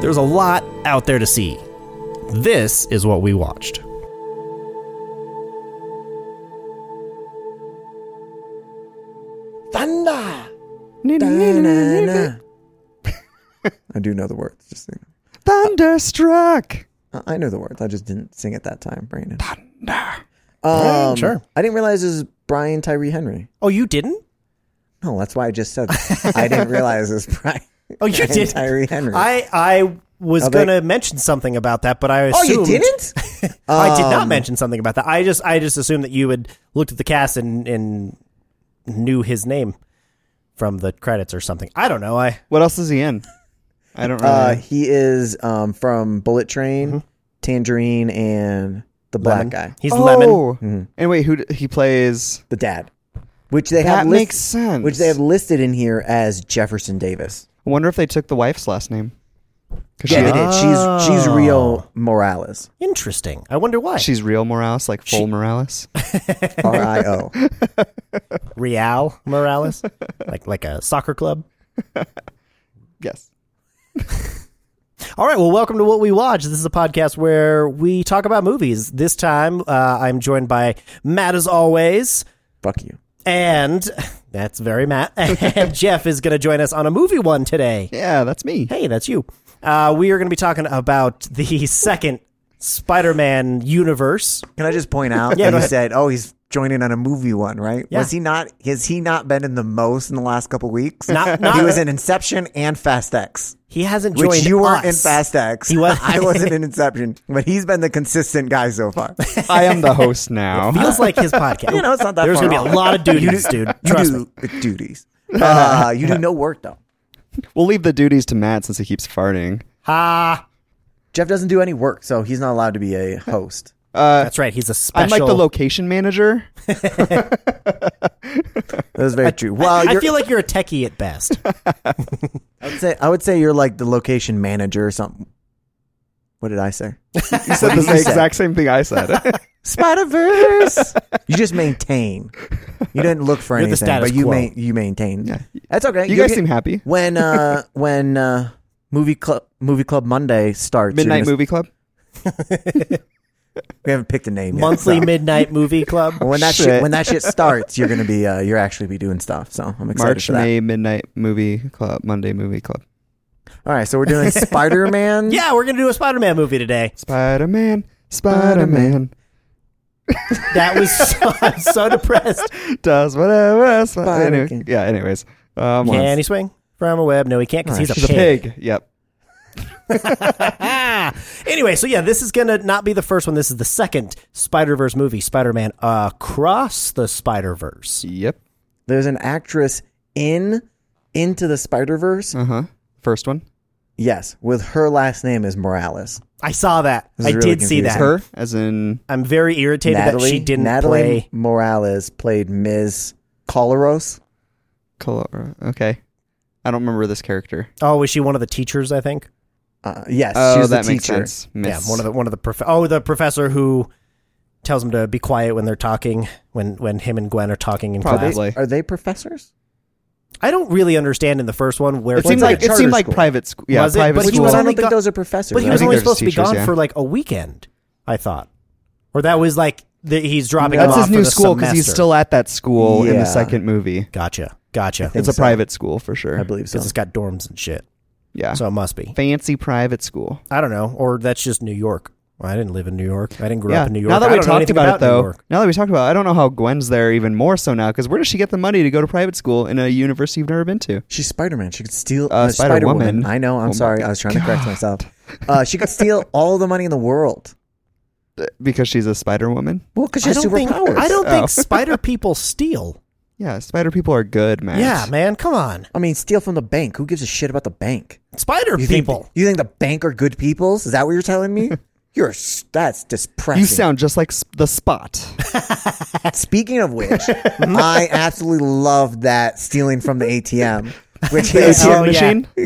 There's a lot out there to see. This is what we watched. Thunder. I do know the words. Just you know. Thunderstruck. I- I know the words. I just didn't sing at that time, Brandon. right, Um, sure. I didn't realize this is Brian Tyree Henry. Oh, you didn't? No, that's why I just said that. I didn't realize this was Brian. Oh, you Brian did. Tyree Henry. I I was Oh, they- going to mention something about that, but I oh, you assumed didn't? I did not Um, mention something about that. I just I just assumed that you had looked at the cast and and knew his name from the credits or something. I don't know. I What else is he in? I don't really Uh, he is um, from Bullet Train, Tangerine, and the black Lemon. guy, He's Lemon. Oh. And wait, who d- he plays? the dad, which they That have makes sense. Which they have listed in here as Jefferson Davis. I wonder if they took the wife's last name. 'Cause Yeah, she- they did. She's she's Rio Morales, Interesting. I wonder why. She's real Morales, like full Morales. R I O. Real Morales, like like a soccer club. yes. All right. Well, welcome to What We Watch. This is a podcast where we talk about movies. This time, uh, I'm joined by Matt as always, Fuck you. and that's very Matt. And Jeff is going to join us on a movie one today. Yeah, that's me. Hey, that's you. Uh, we are going to be talking about the second Spider-Man universe. Can I just point out Yeah, that go you ahead. said, "Oh, he's joining on a movie one, right?" Yeah. Was he not? Has he not been in the most in the last couple weeks? Not- not- he was in Inception and Fast X, He hasn't joined which you weren't us. in Fast X. He was- I wasn't in Inception, but he's been the consistent guy so far. I am the host now. Feels like his podcast. You know, it's not that There's far gonna be a off. lot of duties, dude. You Trust me. do the duties. Uh, you do no work though. We'll leave the duties to Matt since he keeps farting. Ha! Jeff doesn't do any work, so he's not allowed to be a host. That's right. He's a special. I'm like the location manager. That is very true. Well, I uh, you're, feel like you're a techie at best. I would say I would say you're like the location manager or something. What did I say? You said the you say? exact same thing I said. Spider Verse. you just maintain. You didn't look for You're the anything, status but you quo. main, you maintain. Yeah. That's okay. You You'll guys seem happy. When uh when uh movie club movie club Monday starts, you're Midnight gonna- Movie Club. We haven't picked a name. yet, Monthly so. midnight movie club. When that shit. Shit. when that shit starts, you're gonna be uh, you're actually be doing stuff. So I'm excited March, for that. May, Midnight Movie Club, Monday Movie Club. All right, so we're doing Spider Man. Yeah, we're gonna do a Spider-Man movie today. Spider Man, Spider Man That was so, I'm so depressed. does whatever. else- Spider Anyway, King. yeah. Anyways, um, Can he swing from a web? No, he can't because he's a he's a pig. Yep. ah. Anyway, so yeah, this is going to not be the first one. This is the second Spider Verse movie, Spider Man Across the Spider Verse. Yep. There's an actress in Into the Spider Verse. Uh huh. First one. Yes, with her last name is Morales. I saw that. This I is did really see that. confusing. Her, as in I'm very irritated that she didn't Natalie play. Morales played Ms. Coloros. Colora. Okay. I don't remember this character. Oh, was she one of the teachers? I think. Uh, yes, Oh, she was that the makes teacher. sense. Miss. Yeah, one of the one of the prof- oh the professor who tells him to be quiet when they're talking when when him and Gwen are talking in class. probably. Are they professors? I don't really understand in the first one where It seemed like like a it charter seemed like school. private school. Yeah, Was it? private But he Which school. was one? I only don't think got- those are professors. but he I was think only they're supposed to be teachers, gone yeah. for like a weekend. I thought, or that was like the, he's dropping. That's him his off for new the school because he's semester. still at that school in Yeah. the second movie. Gotcha, gotcha. think It's a so. private school for I sure. believe so. because it's got dorms and shit. Yeah. So it must be. Fancy private school. I don't know, or that's just New York. Well, I didn't live in New York. I didn't grow Yeah. up in New York. Now that I we don't know talked anything about it, New though, York. now that we talked about, it, I don't know how Gwen's there even more so now because where does she get the money to go to private school in a university you've never been to? She's Spider Man. She could steal Uh, Spider Woman. Spider-Woman. I know. I'm Oh my sorry. I was trying to correct myself. Uh, she could steal all the money in the world. Because she's a Spider Woman. Well, because she I has don't think superpowers. I don't Oh. think spider people steal. Yeah, spider people are good, man. Yeah, man, come on. I mean, steal from the bank. Who gives a shit about the bank? Spider You people. Think, you think the bank are good peoples? Is that what you're telling me? You're s- that's depressing. You sound just like s- the spot. Speaking of which, I absolutely love that stealing from the ATM, which The is ATM Oh, yeah. machine.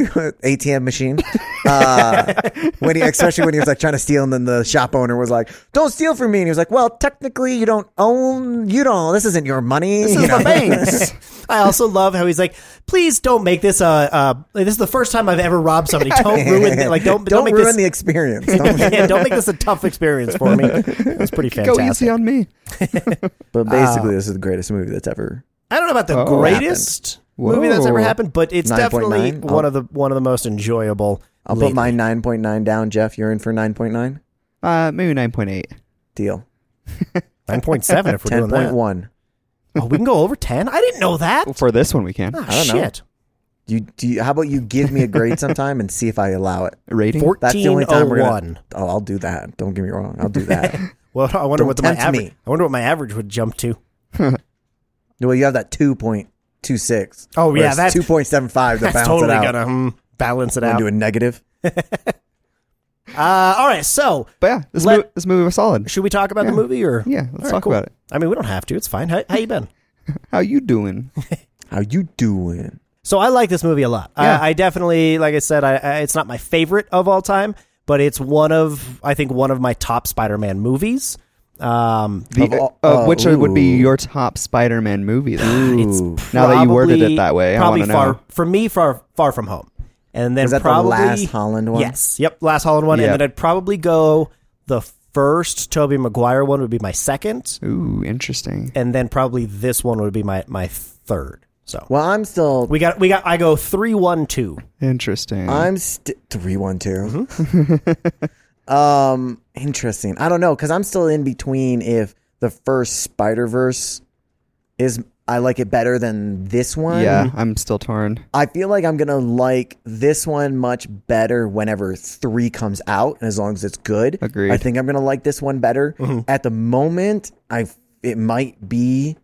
ATM machine. Uh, when he, especially when he was like trying to steal, and then the shop owner was like, "Don't steal from me." And he was like, "Well, technically, you don't own. You don't. This isn't your money. This you is know? the banks. I also love how he's like, please don't make this. Uh, uh, this is the first time I've ever robbed somebody. Don't ruin it. Like, don't don't, don't, make ruin the this. experience. Don't- yeah, don't make this a tough experience for me. It was pretty Go easy fantastic. on me. but basically, this is the greatest movie that's ever. I don't know about the Oh. greatest Whoa. movie that's ever happened, but it's 9.9? definitely I'll- one of the one of the most enjoyable. I'll put lately. my nine point nine down. Jeff, you're in for nine point nine. Uh, maybe nine point eight. Deal. nine point seven if we're Ten doing point that. one. Oh, we can go over ten. I didn't know that. For this one, we can Ah, I don't know. shit. You do. You, how about you give me a grade sometime and see if I allow it? rating. That's the Fourteen only time oh we're gonna. one. Oh, I'll do that. Don't get me wrong. I'll do that. Well, I wonder Don't what my tempt average. me. I wonder what my average would jump to. well, you have that two point two six. Oh, yeah, that's- two point seven five. That That's balance totally it out. gonna hmm, balance it Wanna out. do a negative. Uh, all right, so But yeah, this, Let- movie, this movie was solid. should we talk about the movie or? Yeah, let's All right, talk cool. about it. I mean, we don't have to. It's fine. How, how you been? How you doing? How you doing? So I like this movie a lot. Yeah. I, I definitely, like I said, I, I, it's not my favorite of all time, but it's one of I think one of my top Spider-Man movies. Um, The, Of all- uh, uh, which would be ooh. your top Spider-Man movie? Then? Ah, it's Now that you worded it probably- that way, I probably wanna far know. for me far far from home, and then Is that probably the last Holland one? Yes. Yep. Last Holland one, Yep. and then I'd probably go the first Toby Maguire one would be my second, Ooh, interesting. and then probably this one would be my my third. So Well, I'm still. we got we got I go three one two. Interesting. I'm st- three one two. Mm-hmm. um, interesting. I don't know because I'm still in between. If the first Spider Verse is, I like it better than this one. yeah, Mm-hmm. I'm still torn. I feel like I'm gonna like this one much better whenever three comes out, and as long as it's good, Agreed. Mm-hmm. I think I'm gonna like this one better. At the moment, I it might be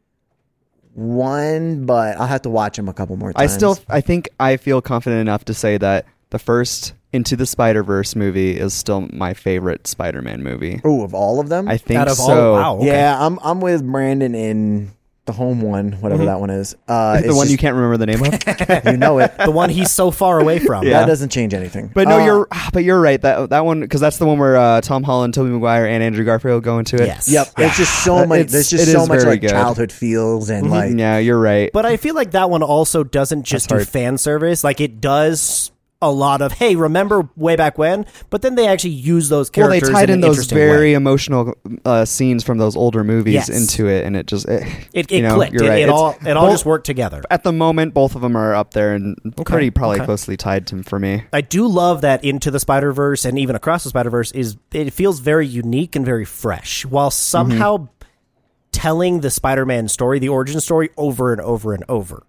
one, but I'll have to watch them a couple more I times. still, I think I feel confident enough to say that the first Into the Spider Verse movie is still my favorite Spider-Man movie. oh of all of them. I think Out of so. all- wow. Okay. Yeah, I'm I'm with Brandon in the home one, whatever that one is. Uh, Mm-hmm. The one you can't remember the name of. can't, you know it. The one he's so far away from. Yeah. That doesn't change anything. But no, Oh. Uh, you're ah, but you're right. That that one because that's the one where uh, Tom Holland, Tobey Maguire, and Andrew Garfield go into it. Yes. Uh, Yep, there's just so That- much. it's- There's just it so is much very like good. childhood feels and like Mm, Yeah, you're right. But I feel like that one also doesn't just do hard. fan service. Like it does a lot of hey, remember way back when? But then they actually use those well, they characters. tied in, in an those interesting very way. emotional uh, scenes from those older movies Yes. into it, and it just it, It, it you know, clicked. You're It, right. it It's- all it all both- just worked together. at the moment. Both of them are up there and pretty probably closely tied to for me. I do love that into the Spider Verse and even across the Spider Verse is it feels very unique and very fresh, while Mm-hmm. somehow telling the Spider Man story, the origin story, over and over and over.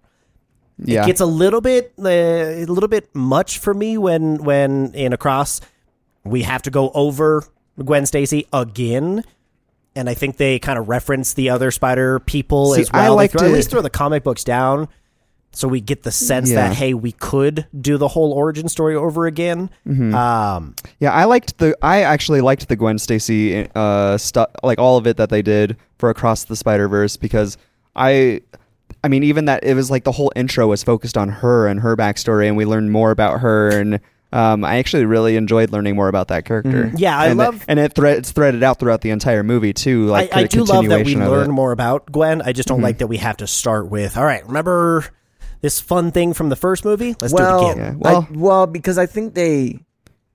Yeah, It's a little bit uh, a little bit much for me when when in across we have to go over Gwen Stacy again. And I think they kind of reference the other spider people See, as well. I They liked throw- at it- least throw the comic books down so we get the sense Yeah. that hey, we could do the whole origin story over again. Mm-hmm. Um, Yeah, I liked the. I actually liked the Gwen Stacy uh stuff, like all of it that they did for Across the Spider Verse, because I, I mean, even that it was like the whole intro was focused on her and her backstory, and we learned more about her, and um, I actually really enjoyed learning more about that character. Mm-hmm. Yeah, I And it- love- and it thre- it's threaded out throughout the entire movie too. Like I, I the do love that we continuation of learn it. Mm-hmm. more about Gwen. I just don't like that we have to start with all right. Remember this fun thing from the first movie? Let's do it well, again. Yeah, well- well, well, because I think they It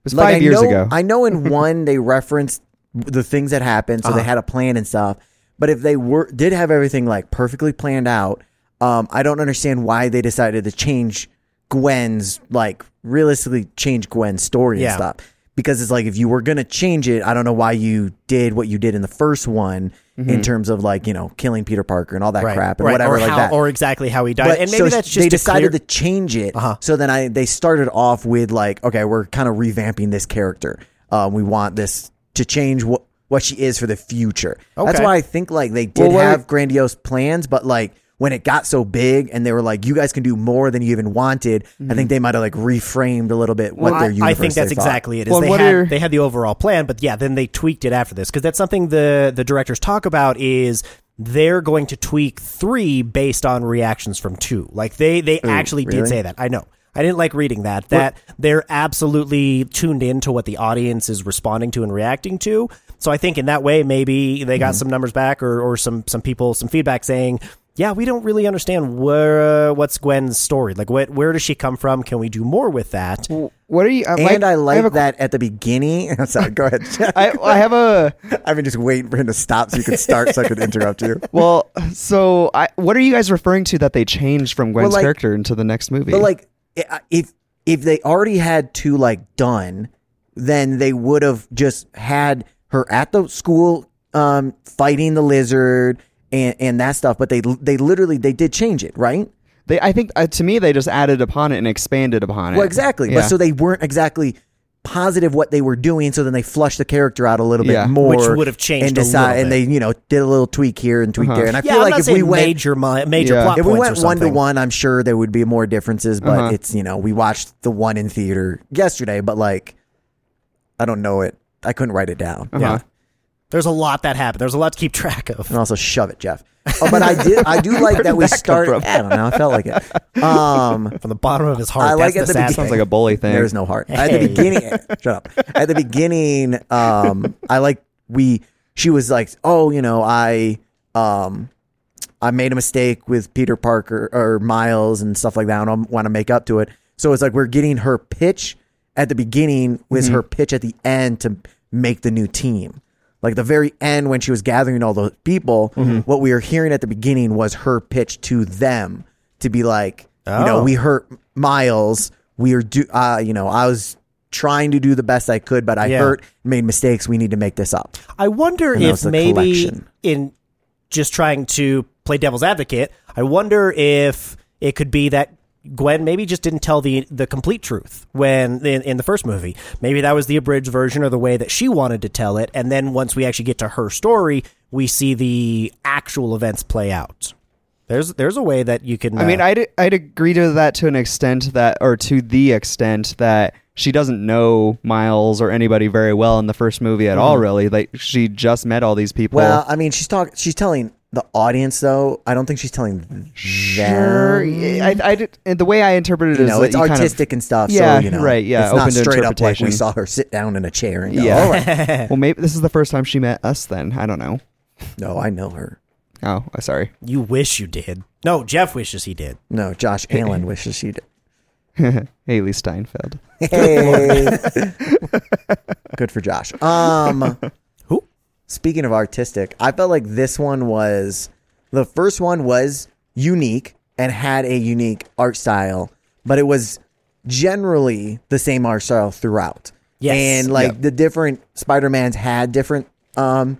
was like, five I years know, ago. I know in one they referenced the things that happened, so Uh-huh. they had a plan and stuff. But if they were did have everything like perfectly planned out, um, I don't understand why they decided to change Gwen's like realistically change Gwen's story Yeah. and stuff. Because it's like if you were gonna change it, I don't know why you did what you did in the first one in terms of like you know killing Peter Parker and all that crap and whatever Mm-hmm. or like how, that. or exactly how he died. But and maybe so that's just to they decided clear- Uh-huh. to change it. So then I they started off with like, okay, we're kind of revamping this character. Um, we want this to change what what she is for the future. That's Okay. why I think like they did Well, what- have grandiose plans, but like when it got so big and they were like, you guys can do more than you even wanted, I think they might have like reframed a little bit Mm-hmm. what Well, their I- universe I think that's they thought. exactly it. Is Well, they what had are- they had the overall plan, but yeah, then they tweaked it after this because that's something the the directors talk about is they're going to tweak three based on reactions from two. Like they they actually did really? say that. I know. I didn't like reading that. That they're absolutely tuned in to what the audience is responding to and reacting to. So I think in that way, maybe they got Mm-hmm. some numbers back or or some some people some feedback saying. Yeah, we don't really understand where uh, what's Gwen's story. Like, what, where does she come from? Can we do more with that? What are you? uh, I And I have like a- that at the beginning. I'm sorry, go ahead. I, I have a I've been just waiting for him to stop so you could start so I could interrupt you. well. So, I, what are you guys referring to that they changed from Gwen's like- character into the next movie? But like, i- if if they already had two like done, then they would have just had her at the school um, fighting the lizard and and that stuff. But they they literally they did change it, right? they, I think uh, to me, they just added upon it and expanded upon it. Well, exactly. Yeah. But so they weren't exactly positive what they were doing. So then they flushed the character out a little bit Yeah. more, Which would have changed and a little decide, and they bit. you know did a little tweak here and tweak Uh-huh. there. And I Yeah, I'm feel like not if we saying went major mi- major Yeah. plot If we points went or one to something. Uh-huh. one, I'm sure there would be more differences, but it's, you know, we watched the one in theater yesterday, but like, I don't know it. I couldn't write it down. Uh-huh. Yeah. There's a lot that happened. There's a lot to keep track of. And also shove it, Jeff. Oh, but I did, I do like that we start. I don't know. I felt like it. Um, From the bottom of his heart. I like That's sad at the beginning- thing. sounds like a bully thing. There's no heart. At the Hey. beginning, shut up. At the beginning, um, I like we. She was like, "Oh, you know, I, um, I made a mistake with Peter Parker or Miles and stuff like that. I don't want to make up to it." So it's like we're getting her pitch at the beginning with Mm-hmm. her pitch at the end to make the new team. Like the very end when she was gathering all those people, Mm-hmm. what we were hearing at the beginning was her pitch to them to be like, you know, Oh. we hurt Miles. We are do, uh, you know, I was trying to do the best I could, but I Yeah. hurt, made mistakes. We need to make this up. I wonder that was if the maybe collection. in just trying to play devil's advocate, I wonder if it could be that Gwen maybe just didn't tell the the complete truth when in, in the first movie. Maybe that was the abridged version or the way that she wanted to tell it, and then once we actually get to her story, we see the actual events play out. There's there's a way that you can. I mean, uh, I'd I'd agree to that to an extent that, or to the extent that she doesn't know Miles or anybody very well in the first movie at all. Really, like she just met all these people. Mm. Well, I mean, she's talking, she's telling the audience though. I don't think she's telling Sure, them. I, I did, and the way I interpreted it You is know, that it's you kind of- artistic and stuff. Yeah, so, you know, right, yeah, It's not open to straight up like we interpretation. saw her sit down in a chair and go, Yeah. all right. well, maybe this is the first time she met us. Then I don't know. No, I know her. Oh, sorry. you wish you did. No, Jeff wishes he did. No, Josh Allen wishes she did. Haley Steinfeld. Hey. Good for Josh. Um Who? Speaking of artistic, I felt like this one was the first one was unique and had a unique art style, but it was generally the same art style throughout. Yes. And like the different Spider-Mans had different um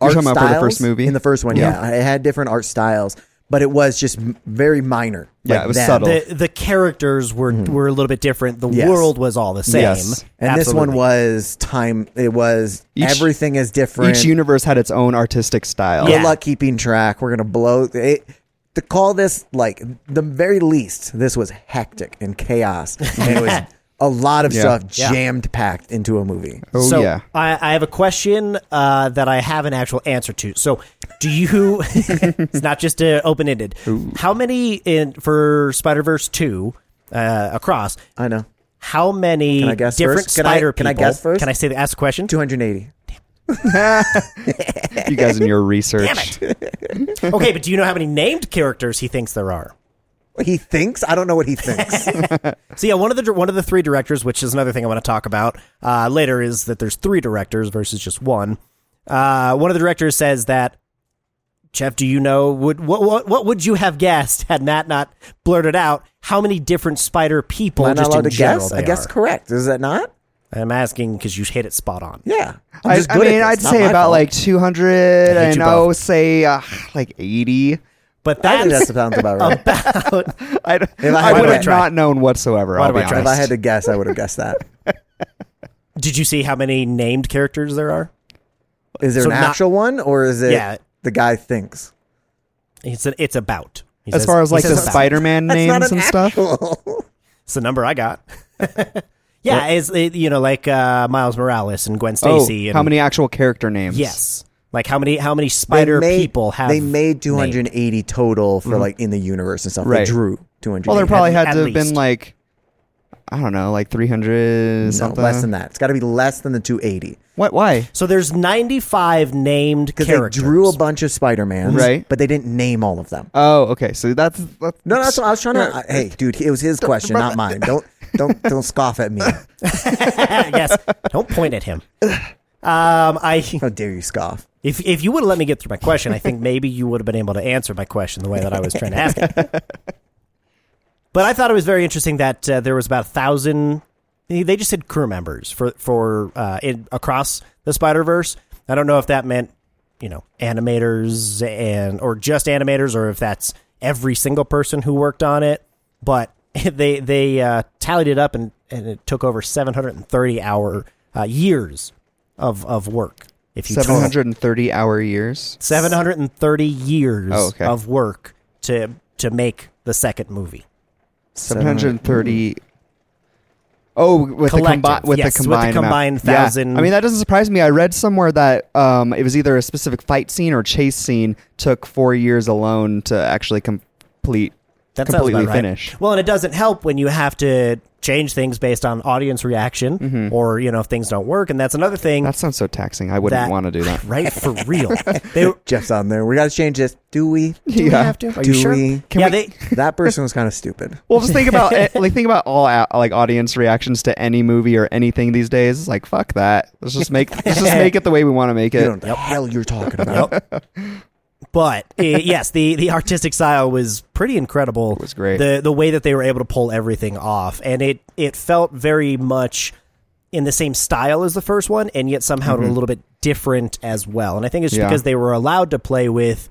You're art talking about styles for the first movie? in the first one. Yeah. it had different art styles, but it was just m- very minor. Yeah, like it was them. subtle. The the characters were were a little bit different. The Mm-hmm. Yes. world was all the same. Yes. And this Absolutely. one was time. It was Each- everything is different. Each universe had its own artistic style. Good Yeah. luck keeping track. We're gonna blow it. To call this like the very least, this was hectic and chaos. And it was a lot of Yeah. stuff Yeah. jammed packed into a movie. Oh so yeah. I, I have a question uh, that I have an actual answer to. So, do you? it's not just uh, open ended. How many in for Spider Verse two uh, across? I know. How many I guess different first? Can I- spider can I people? guess first? Can I say the ask a question? Two hundred eighty. you guys in your research. Okay, but do you know how many named characters he thinks there are? He thinks. I don't know what he thinks. So yeah, one of the one of the three directors, which is another thing I want to talk about uh, later, is that there's three directors versus just one. Uh, one of the directors says that Jeff, do you know would what what what would you have guessed had Matt not blurted out how many different spider people Am I not just allowed in to general guess? they I guess are? correct. Is that not? I'm asking because you hit it spot on. Yeah. I'm I, just I good at mean, this. I'd Not say my about fault. like 200, I hate and you I'll both. say uh, like 80. But I think that that's sounds about right. about I, had I to would try- have not known whatsoever. I'll do be I try? if I honest. had to guess, I would have guessed that. Did you see how many named characters there are? Is there So an not- actual one, or is it Yeah. the guy thinks? It's a, it's about He as says- far as he like the says about it. Spider Man names and stuff. It's the number I got. yeah, it's it, you know like uh, Miles Morales and Gwen Oh, Stacy. and, how many actual character names? Yes, like how many how many spider They made- people have They made 280 total for like in the universe and stuff. They Mm-hmm. Right. drew 200. Well, there probably had at to have least. been like, I don't know, like 300 something. less than that. It's got to be less than the 280 What? Why? So there's 95 named because they characters. drew a bunch of Spider Mans, Right. But they didn't name all of them. Oh, okay. So that's, that's No, that's what I was trying to. I- hey, dude, it was his question, not mine. Don't don't don't scoff at me. yes, don't point at him. Um, I How dare you scoff? if if you would have let me get through my question, I think maybe you would have been able to answer my question the way that I was trying to ask it. But I thought it was very interesting that uh, there was about a thousand. They they just said crew members for for uh, in, across the Spider Verse. I don't know if that meant you know animators and or just animators, or if that's every single person who worked on it. But they they uh, tallied it up and, and it took over seven hundred and thirty hour uh, years of of work. If you total. 730 hour years. 730 years Oh, okay. of work to to make the second movie. 730. Oh, with Mm. the, Collective, combi- with, yes, the with the combined amount. combined Yeah. thousand- I mean, that doesn't surprise me. I read somewhere that um, it was either a specific fight scene or chase scene took four years alone to actually complete, That sounds completely about right. finish. Well, and it doesn't help when you have to change things based on audience reaction Mm-hmm. or, you know, if things don't work. And that's another thing That sounds so taxing. I wouldn't that- want to do that. right for real. They, do Jeff's on there. We got to change this. Do we? we Yeah. have to? Are Do you sure? we? yeah, we- they, That person was kind of stupid. Well, just think about it, like think about all out, like audience reactions to any movie or anything these days. It's like fuck that. Let's just make let's just make it the way we want to make You it. don't know what the hell you're talking about. but eh, yes, the the artistic style was pretty incredible. It was great. The the way that they were able to pull everything off, and it it felt very much in the same style as the first one, and yet somehow a little bit different as well. And I think it's just Mm-hmm. Yeah. because they were allowed to play with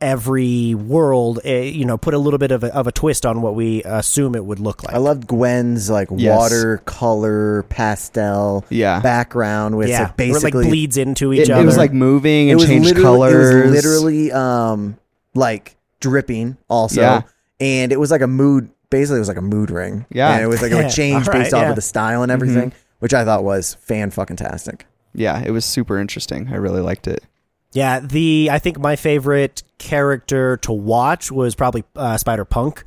every world, eh, you know, put a little bit of a, of a twist on what we assume it would look like. I loved Gwen's like Yes. watercolor pastel Yeah. background with yeah, like Where it, basically like bleeds into each It, other. it was like moving and changed literally- colors. It was literally um like dripping also, Yeah. and it was like a mood. Basically, it was like a mood ring. Yeah. Mm-hmm. and it was like it would change All right, based off yeah. of the style and everything, which I thought was fan fucking tastic. yeah, it was super interesting. I really liked it. Yeah, the I think my favorite character to watch was probably uh, Spider Punk,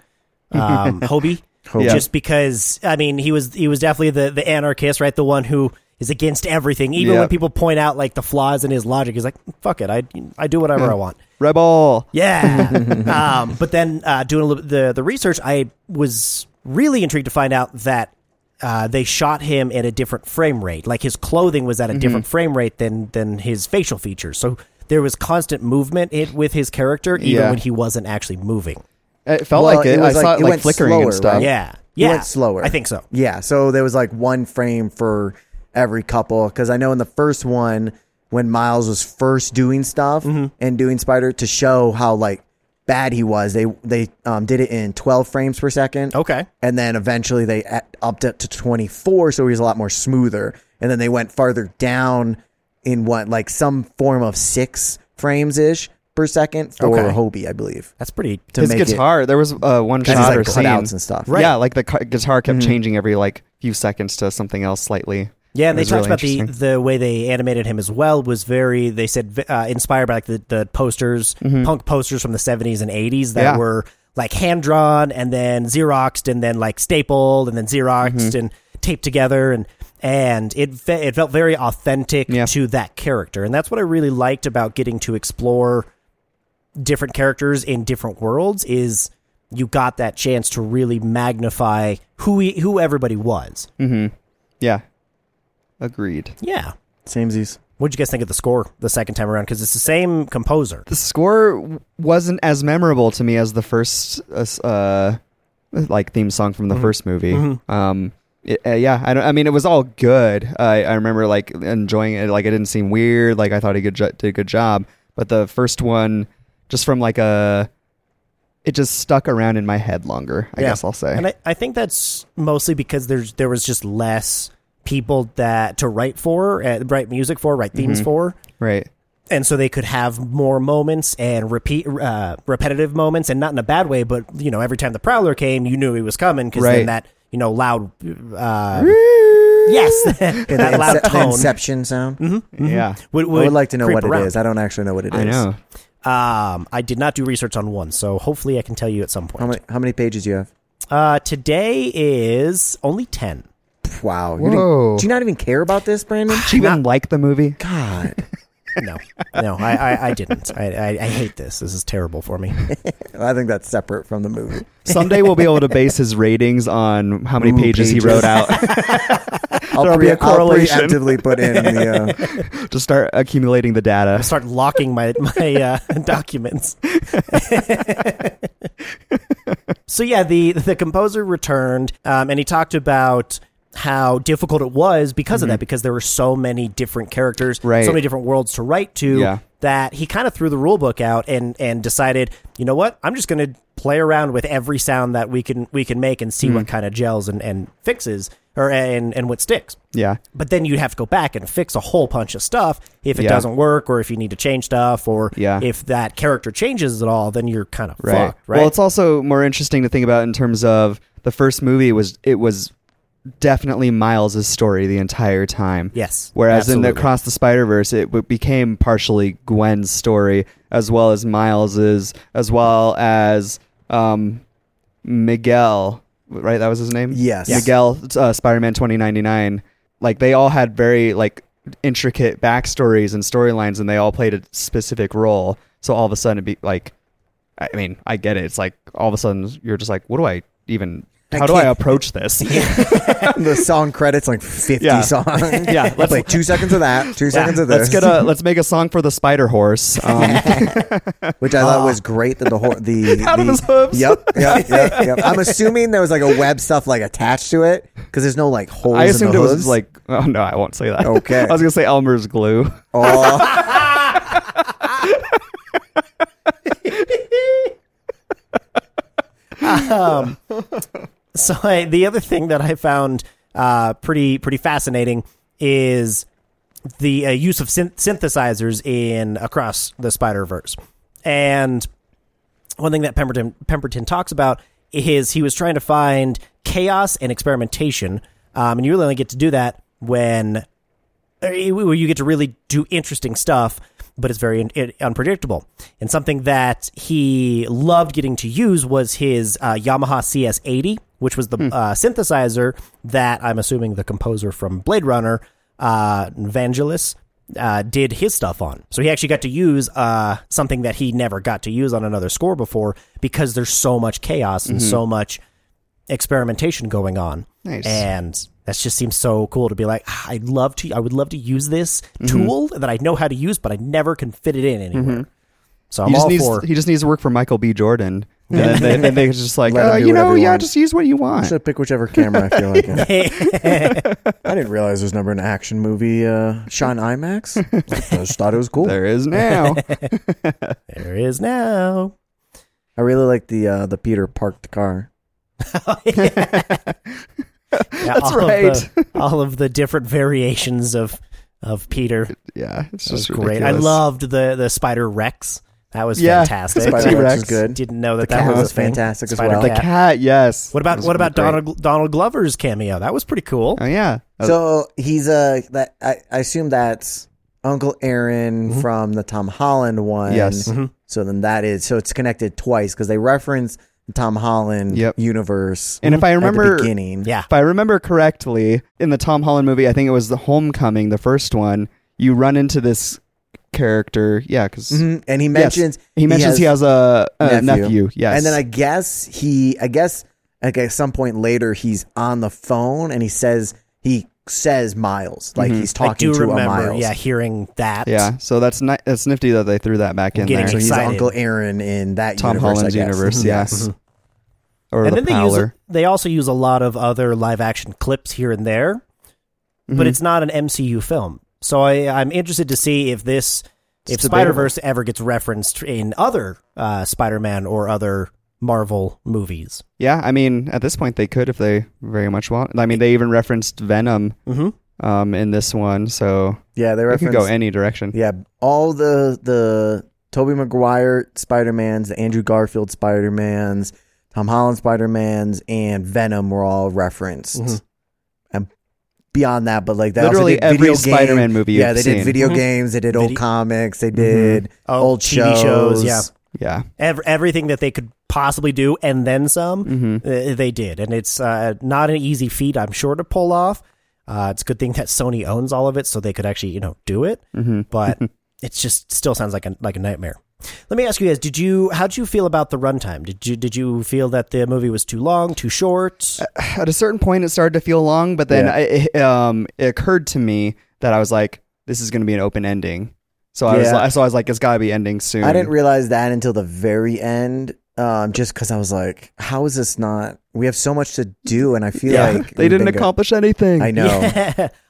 um, Hobie, Hobie. just because I mean he was he was definitely the the anarchist, right? The one who is against everything, even Yeah. when people point out like the flaws in his logic. He's like, "Fuck it, I I do whatever I want." Rebel. Yeah. um, but then uh, doing a little, the the research, I was really intrigued to find out that uh, they shot him at a different frame rate. Like his clothing was at Mm-hmm. a different frame rate than than his facial features. So there was constant movement it, with his character, even Yeah. when he wasn't actually moving. It felt Well, like it. it was I saw like- it it like went flickering slower, and stuff. right? Yeah. It Yeah. went slower. I think so. Yeah, so there was like one frame for every couple because I know in the first one when Miles was first doing stuff Mm-hmm. and doing Spider to show how like bad he was, they they um, did it in twelve frames per second. Okay. and then eventually they a- upped it to twenty four, so he was a lot more smoother. And then they went farther down in what like some form of six frames ish per second for Okay. Hobie, I believe. That's pretty. To His make it- guitar. There was uh, one That's shot like or scene cutouts and stuff. Mm-hmm. Right. Yeah, like the cu- guitar kept changing every like few seconds to something else slightly. Yeah, It and they was talked really about the, interesting. the way they animated him as well was very. They said uh, inspired by like the, the posters, punk posters from the seventies and eighties that Mm-hmm. Yeah. were like hand drawn and then xeroxed and then like stapled and then xeroxed Mm-hmm. and taped together and and it fe- it felt very authentic Yeah. to that character and that's what I really liked about getting to explore different characters in different worlds is you got that chance to really magnify who he, who everybody was. Mm-hmm. Yeah. Agreed. Yeah. Samesies. What did you guys think of the score the second time around? Because it's the same composer. the score w- wasn't as memorable to me as the first uh, s- uh like theme song from the Mm-hmm. first movie um it- uh, yeah I, don't, I mean it was all good I i remember like enjoying it like it didn't seem weird like i thought he good jo- did a good job but the first one just from like a it just stuck around in my head longer i guess i'll say And I, I think that's mostly because there's there was just eh, Mm-hmm. less people that to write for, uh, write music for, write themes for, right and so they could have more moments and repeat uh, repetitive moments, and not in a bad way, but you know, every time the Prowler came, you knew he was coming because then Right. that you know loud, uh, yes, Mm-hmm. that The loud ince- the tone inception sound. Yeah. would, I would like to know creep what around. it is. I don't actually know what it is. I know. Um, I did not do research on one, so hopefully I can tell you at some How point. many how many pages do you have? Uh, today is only ten. Wow. you didn't- Whoa. do you not even care about this, Brandon? Ah, She even like the movie. God. No, no, I, I, I didn't. I, I, I hate this. This is terrible for me. I think that's separate from the movie. Someday we'll be able to base his ratings on how many Ooh, pages. pages, he wrote out. I'll, There'll be a correlation. I'll preemptively put in the. Uh, to start accumulating the data. uh, Start locking my my uh, documents. so yeah, the the composer returned, um, and he talked about how difficult it was because of that, because there were so many different characters, Mm-hmm. Right. so many different worlds to write to. Yeah. That he kind of threw the rule book out and and decided, you know what, I'm just going to play around with every sound that we can we can make and Mm. see what kind of gels and, and fixes or and and what sticks Yeah. but then you'd have to go back and fix a whole bunch of stuff if it Yeah. doesn't work or if you need to change stuff or Yeah. if that character changes at all then you're kind of Right. fucked right Well, it's also more interesting to think about in terms of the first movie was it was definitely Miles' story the entire time. yes Whereas in absolutely. the Across the Spider Verse, it w- became partially Gwen's story as well as Miles's, as well as um, Miguel. Right, that was his name. Yes. Yeah. Miguel uh, Spider Man twenty ninety nine. Like they all had very like intricate backstories and storylines, and they all played a specific role. So all of a sudden, it be like, I mean, I get it. It's like all of a sudden you're just like, what do I even? I How do I can't- approach this? the song credits like 50 Yeah. songs. Yeah, Let's let's- play two seconds of that, two seconds of let's this, get a let's make a song for the spider horse. Um, which I thought was great. That the whole the Out the, of his hooves. Yep, yep, yep, yep. I'm assuming there was like a web stuff like attached to it because there's no like holes. I in the assumed it was hooves. like. Oh no, I won't say that. Okay. I was gonna say Elmer's glue. oh, Um, so I, the other thing that i found uh, pretty pretty fascinating is the uh, use of synth- synthesizers in across the spider verse and one thing that Pemberton Pemberton talks about is he was trying to find chaos and experimentation, um, and you really only get to do that when uh, where you get to really do interesting stuff, but it's very un- unpredictable. And something that he loved getting to use was his uh, Yamaha CS80, which was the uh, synthesizer that I'm assuming the composer from Blade Runner, uh, Vangelis, uh, did his stuff on. So he actually got to use uh, something that he never got to use on another score before because there's so much chaos and so much experimentation going on. Nice. And that just seems so cool to be like, "Ah, I'd love to, I would love to use this Mm-hmm. tool that I know how to use, but I never can fit it in anywhere. So I'm He just all needs for. he just needs to work for Michael B. Jordan, and then they, then they just like, Let him uh, do you know, whatever he yeah, wants. just use what you want. should pick whichever camera I feel like. I didn't realize there's never an action movie uh, shot in IMAX. I just thought it was cool. There is now. there is now. I really like the uh, the Peter parked car. Yeah, That's all right. Of the, all of the different variations of of Peter. yeah, it's That was just great. I ridiculous. loved the the Spider Rex. That was Yeah, fantastic. Spider Spider Rex T-Rex. is good. Didn't know that The that cat was, was a thing. fantastic as Spider well. the cat. cat. Yes. What about It was what about great. Donald Donald Glover's cameo? That was pretty cool. Oh yeah. So he's uh, that. I, I assume that's Uncle Aaron from the Tom Holland one. Mm-hmm. Yes. Mm-hmm. So then that is so it's connected twice because they reference the Tom Holland Yep. universe. And if I at remember- the beginning, Yeah. If I remember correctly, in the Tom Holland movie, I think it was the Homecoming, the first one. You run into this character, yeah, because Mhm. and he mentions he mentions he has, a, a nephew. Yes, And then I guess he, I guess like at some point later, he's on the phone and he says he says Miles, Mm-hmm. like he's I do talking to a remember, Miles. yeah, hearing that. yeah. So that's ni- that's nifty that they threw that back in Getting there. So he's Excited. Uncle Aaron in that Tom universe, Holland's I guess. Mm-hmm. universe, yes. Or and the then they use Prowler. they also use a lot of other live action clips here and there, Mm-hmm. but it's not an MCU film. So I, I'm interested to see if this if debatable. Spider Verse ever gets referenced in other uh, Spider Man or other Marvel movies. Yeah, I mean, at this point they could if they very much want. I mean, they even referenced Venom Mhm. um, in this one, so Yeah, they It could go referenced. any direction. yeah, all the the Toby Maguire Spider Mans, the Andrew Garfield Spider Mans, Tom Holland Spider Mans, and Venom were all referenced. And beyond that, but like they Mm-hmm. Literally also did video every Spider-Man game- movie Yeah, you've they seen. Mm-hmm. did video games. They did old Mm-hmm. Vide- comics. They did Oh, old TV shows. shows, yeah. Yeah. Ev- everything that they could possibly do and then some uh, they did and it's uh, not an easy feat i'm sure to pull off uh, it's a good thing that sony owns all of it so they could actually you know do it but it's just still sounds like a like a nightmare let me ask you guys did you how did you feel about the runtime did you did you feel that the movie was too long too short at a certain point it started to feel long but then Yeah. I, it, um, it occurred to me that i was like this is going to be an open ending so i was Yeah. like so i was like it's got to be ending soon I didn't realize that until the very end. Um, just because I was like, how is this not? We have so much to do, and I feel yeah like they we've didn't been go- accomplish anything I know.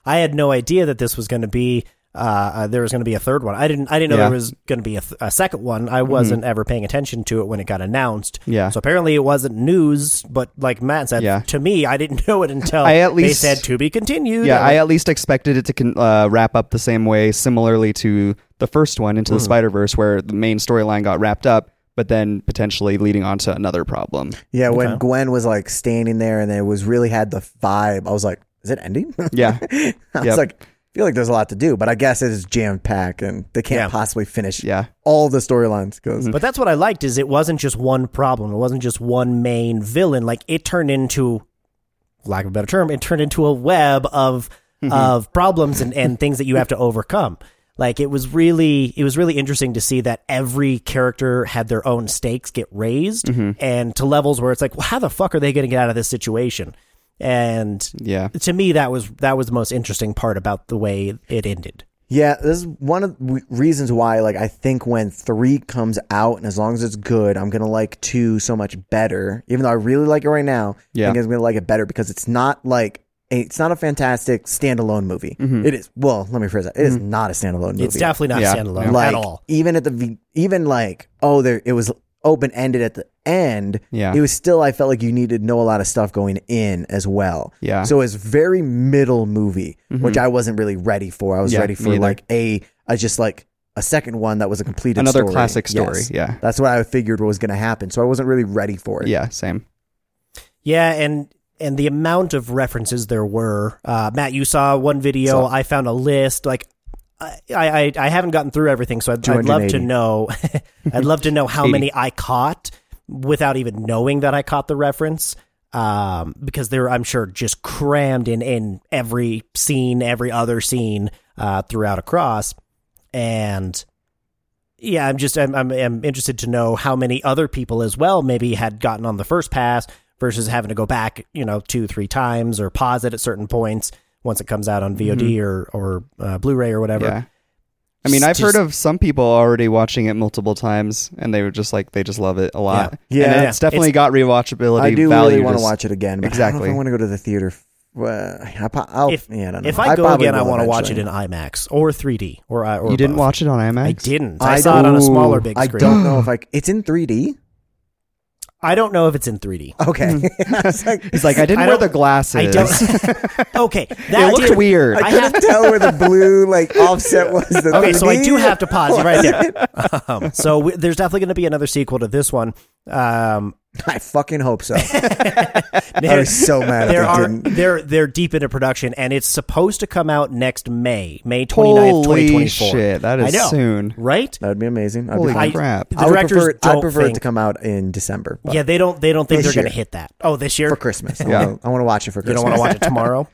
I had no idea that this was going to be uh, uh, there was going to be a third one. I didn't I didn't know Yeah. Mm-hmm. there was going to be a, th- a second one. I wasn't ever paying attention to it when it got announced. Yeah. So apparently it wasn't news, but like Matt said, Yeah. to me I didn't know it until I at least- they said to be continued. yeah I'm i like, at least expected it to con- uh, wrap up the same way similarly to the first one into the Mm. spider-verse where the main storyline got wrapped up but then potentially leading on to another problem Yeah, when Gwen was like standing there and it was really had the vibe, I was like, is it ending? yeah I was Yep. like, I feel like there's a lot to do, but I guess it is jam packed and they can't Yeah. possibly finish yeah all the storylines because but that's what I liked is it wasn't just one problem. It wasn't just one main villain. Like it turned into for lack of a better term, it turned into a web of Mm-hmm. of problems and, and things that you have to overcome. Like it was really it was really interesting to see that every character had their own stakes get raised Mm-hmm. and to levels where it's like, well, how the fuck are they gonna get out of this situation? And yeah to me that was that was the most interesting part about the way it ended. Yeah, this is one of the w- reasons why, like, I think when three comes out, and as long as it's good, I'm gonna like two so much better. Even though I really like it right now, Yeah. I think I'm gonna like it better because it's not like a, it's not a fantastic standalone movie. It is well, let me phrase that. It is not a standalone movie. It's definitely not Yeah. standalone like at all. even at the v- even like oh there it was open ended at the end. Yeah. it was still I felt like you needed to know a lot of stuff going in as well. Yeah. Mm-hmm. so it's very middle movie, which I wasn't really ready for. I was Yeah, ready for me either. like a a just like a second one that was a completed another story. classic story Yes. yeah That's what I figured was going to happen, so I wasn't really ready for it. yeah same Yeah, and and the amount of references there were. Uh, Matt, you saw one video. I found a list. Like, I I, I haven't gotten through everything, so I'd, I'd love to 280. know. I'd love to know how 80. many I caught without even knowing that I caught the reference. Um, because they're I'm sure just crammed in in every scene, every other scene uh, throughout across, and yeah, I'm just I'm, I'm I'm interested to know how many other people as well maybe had gotten on the first pass versus having to go back, you know, two three times or pause it at certain points once it comes out on VOD or Mm-hmm. or uh, Blu-ray or whatever. yeah I mean, Just- I've heard of some people already watching it multiple times, and they were just like, they just love it a lot. Yeah. and Yeah. it's definitely got rewatchability. I do value really want to just- watch it again. But I don't know Exactly. if I want to go to the theater. Well, I, po- I'll, If yeah, I don't know. if I, go probably again, I will want to watch it eventually. in IMAX or 3D or I or You didn't both. watch it on IMAX? I didn't. I, saw it don't- on a Ooh, smaller big I screen. don't know if I. c- It's in 3D. I don't know if it's in 3D. Okay. Hmm. I was like, It's like I didn't I wear don't- the glasses. I don't. okay, that it looked did- weird. I have tell where the blue like offset was. The okay, so I 3D. do have to pause you right there. Um, so we, there's definitely going to be another sequel to this one. Um, I fucking hope so. I there, was so there mad if they are didn't. they're they're deep into production, and it's supposed to come out next May, May 29th, Holy 2024. shit, that I is know, soon. right? That would be amazing. I'd be Holy fine. crap. the I would directors prefer, it- I don't prefer it to think- come out in December. but Yeah, they don't they don't think they're This going to year. hit that. Oh, this year for Christmas. I Yeah. wanna- I want to watch it for you Christmas. don't want to watch it tomorrow.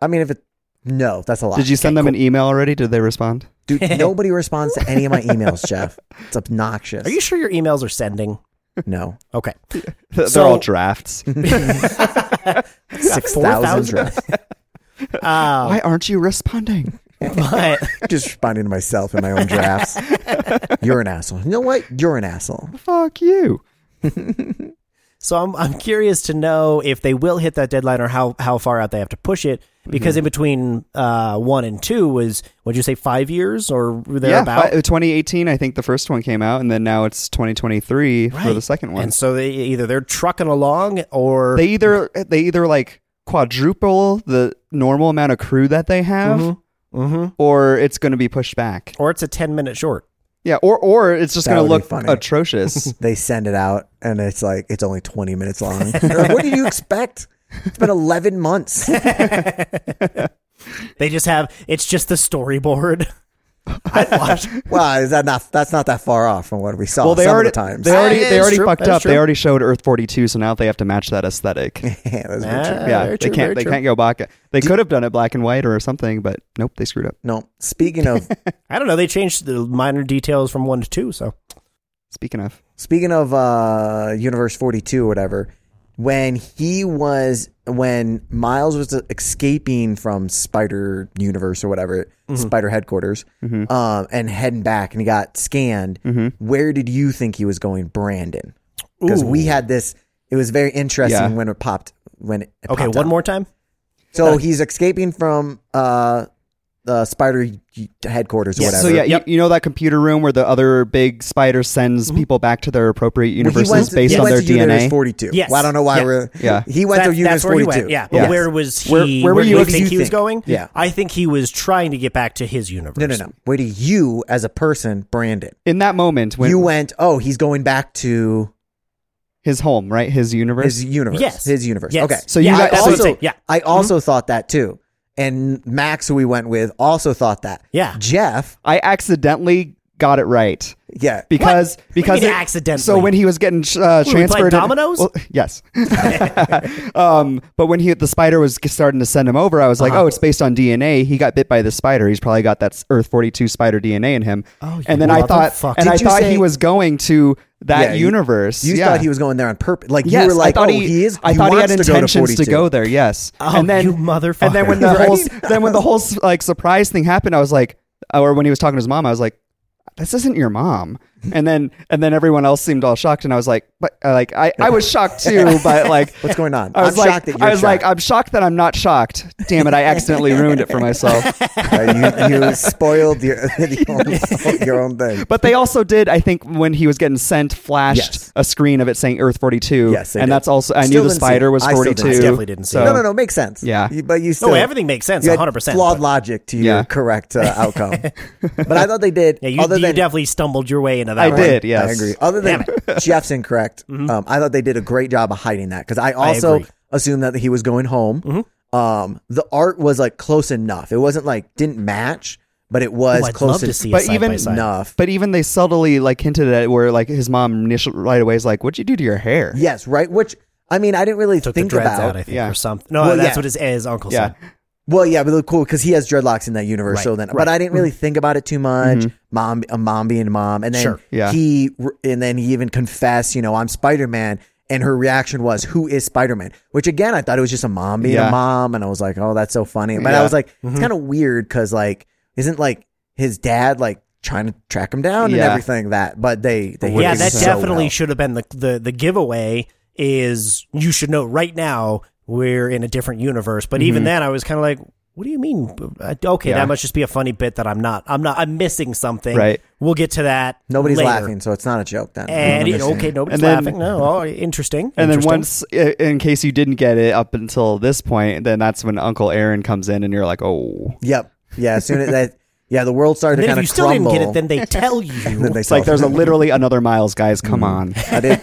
I mean, if it no, that's a lot. Did you send them an email already? Did they respond? Dude, nobody responds to any of my emails, Jeff. It's obnoxious. Are you sure your emails are sending? no Okay, They're all drafts. six thousand 4,000? drafts? uh, Why aren't you responding? Oh, but Just responding to myself in my own drafts. You're an asshole. You know what? You're an asshole. Fuck you. So I'm I'm curious to know if they will hit that deadline or how how far out they have to push it because in between uh, one and two was would you say five years or Yeah, thereabout? fi- 2018, I think the first one came out, and then now it's 2023 for the second one. And so they either they're trucking along or they Mm-hmm. either they either like quadruple the normal amount of crew that they have or it's going to be pushed back. or it's a ten minute short. Yeah, or or it's just That going to would be look funny. atrocious. They send it out, and it's like it's only twenty minutes long. They're like, what did you expect? It's been eleven months. They just have it's just the storyboard. I watched. Wow, is that not? That's not that far off from what we saw. well, they some already of the times. they already Ah, yeah, they it's already true. fucked That's up. They true. already showed Earth 42, so now they have to match that aesthetic. Yeah, that's very true. Ah, yeah, very they true, can't very they true. can't go back. They could have done it black and white or something, but nope, they screwed up. No, speaking of I don't know. They changed the minor details from one to two. So Speaking of, Speaking of uh, Universe 42 or whatever, when he was, when Miles was e-, escaping from Spider Universe or whatever, Mm-hmm. Spider headquarters, um, and heading back and he got scanned, Mm-hmm. where did you think he was going, Brandon? Because we had this, it was very interesting Yeah. when it popped. When it okay, popped one up. more time. So he's escaping from uh, the Spider headquarters or Yes. whatever. so yeah, you- you, know that computer room where the other big spider sends Mm-hmm. people back to their appropriate Well, he universes went to- based he on went their to Universe DNA. 42. Yes. Well, I don't know why Yeah. we're. Yeah. He went That- to Universe that's where 42. he went. Yeah, but Yes. where was he? Where- where were did you you ex- think he you was think? going? Yeah. I think he was trying to get back to his universe. No, no, no. Where do you, as a person, Brandon, In that moment, when you went, oh, he's going back to his home, right, his universe. his universe. Yes. His universe. Yes. Okay. So you Yeah, got- that's so- what I'm saying. yeah. Mm-hmm. I also thought that too. And Max, who we went with, also thought that. Yeah. Jeff, I accidentally got it right. yeah. because because do you mean accidentally? So when he was getting uh, playing transferred, in- dominoes? well, yes. um, but when he the spider was starting to send him over, I was Uh-huh. like, oh, it's based on DNA. He got bit by the spider. He's probably got that s- Earth forty two spider DNA in him. Oh, you and then I thought, motherfucker. and Did I you thought say- he was going to that Yeah, you- universe. You yeah. thought he was going there on purpose. Like, Yes, you were like, I thought oh, he, he, is. I he thought he wants had to go to intentions to 42. go there. Yes. Oh, and then you motherfucker. And then when the Right? whole then when the whole s- like surprise thing happened, I was like, uh, or when he was talking to his mom, I was like, this isn't your mom. And then and then everyone else seemed all shocked, and I was like, but uh, like I I was shocked too, but like. What's going on? I was am like, shocked that you're I was like, shocked. I'm shocked that I'm not shocked. Damn it! I accidentally ruined it for myself. Uh, you, you spoiled your, your, own, your own thing. But they also did, I think, when he was getting sent, flashed Yes. a screen of it saying Earth 42. Yes, they and did. that's also I Still knew the didn't see spider it. was I still didn't 42. see it. I definitely didn't see so- it. no, no, no. Makes sense. Yeah. You- but you No, still. everything makes sense. you One had hundred percent. flawed logic to your Yeah. correct uh, outcome. but I thought they did. Yeah, you, other you than definitely stumbled your way into that. I one. did. Yes, I agree. Other than Jeff's incorrect, um, I thought they did a great job of hiding that because I also Mm-hmm. agree. Mm-hmm. assumed that he was going home. Um, the art was like close enough. It wasn't like didn't match, but it Ooh, was I'd close love to en- see But it side even- by side. enough. But even they subtly like hinted at it where like his mom initial right away is like, "What'd you do to your hair?" yes, right. Which I mean, I didn't really took think the dreads about. out, I think, Yeah. or something. No, Well, that's yeah. what his, his uncle yeah. said. Well, yeah, but cool because he has dreadlocks in that universe. Right, Mm-hmm. so then, but I didn't really think about it too much. Mom, a mom being a mom, and then Sure, yeah. he and then he even confessed, you know, I'm Spider Man, and her reaction was, "Who is Spider Man?" Which again, I thought it was just a mom being a Yeah. mom, and I was like, "Oh, that's so funny." But I Yeah. was like, Mm-hmm. it's kind of weird because like, isn't like his dad like trying to track him down and Yeah. everything that? But they, they Yeah, hit it that so definitely well. should have been the, the the giveaway. Is you should know right now we're in a different universe. But Mm-hmm. even then, I was kind of like, "What do you mean? Uh, Okay, Yeah. that must just be a funny bit that I'm not. I'm not. I'm missing something. Right. We'll get to that. Nobody's later. laughing, so it's not a joke then. I don't And it, understand. okay, nobody's And then- laughing. No, oh, interesting. And then interesting. once, i- in case you didn't get it up until this point, then that's when Uncle Aaron comes in, and you're like, "Oh." Yep. Yeah. As soon as that. Yeah, the world started And to then if kind you of still crumble. didn't get it, then they tell you. then they It's like saw- there's a literally another Miles, guys. Come on. I did.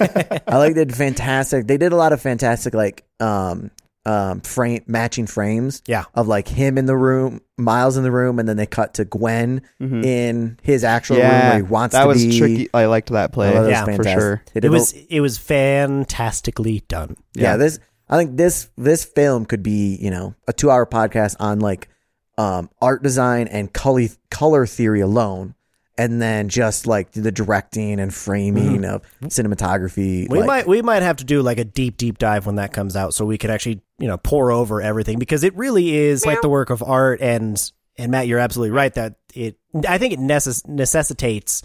I like they did fantastic. They did a lot of fantastic like um um frame matching frames. Yeah. Of like him in the room, Miles in the room, and then they cut to Gwen in his actual room Yeah, where he wants that to was be. tricky. I liked that play. I thought that was Yeah, for fantastic. sure. They did it a- was it was fantastically done. yeah. This I think this this film could be you know a two hour podcast on like um art design and color color theory alone. And then just like the directing and framing of cinematography, We like- might we might have to do like a deep deep dive when that comes out, so we could actually you know pour over everything because it really is like the work of art and and Matt, you're absolutely right that it I think it necess- necessitates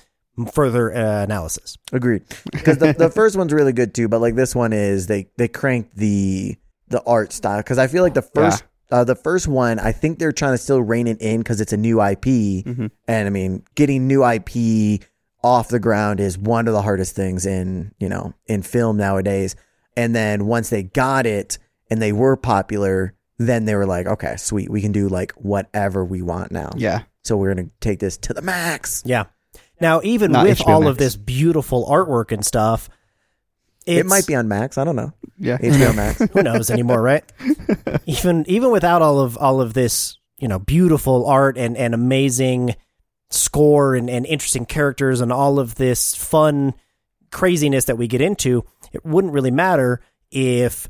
further uh, analysis. Agreed. Because the, the first one's really good too, but like this one is they they cranked the the art style because I feel like the first uh, the first one I think they're trying to still rein it in because it's a new IP, and I mean getting new IP off the ground is one of the hardest things in you know in film nowadays. And then once they got it and they were popular, then they were like, okay, sweet, we can do like whatever we want now. Yeah. So we're gonna take this to the max. Yeah. Now, even Not with HBO all Max. of this beautiful artwork and stuff, it might be on max. I don't know. Yeah. HBO Max. who knows anymore, right? even even without all of all of this, you know, beautiful art and and amazing score and, and interesting characters and all of this fun craziness that we get into, it wouldn't really matter if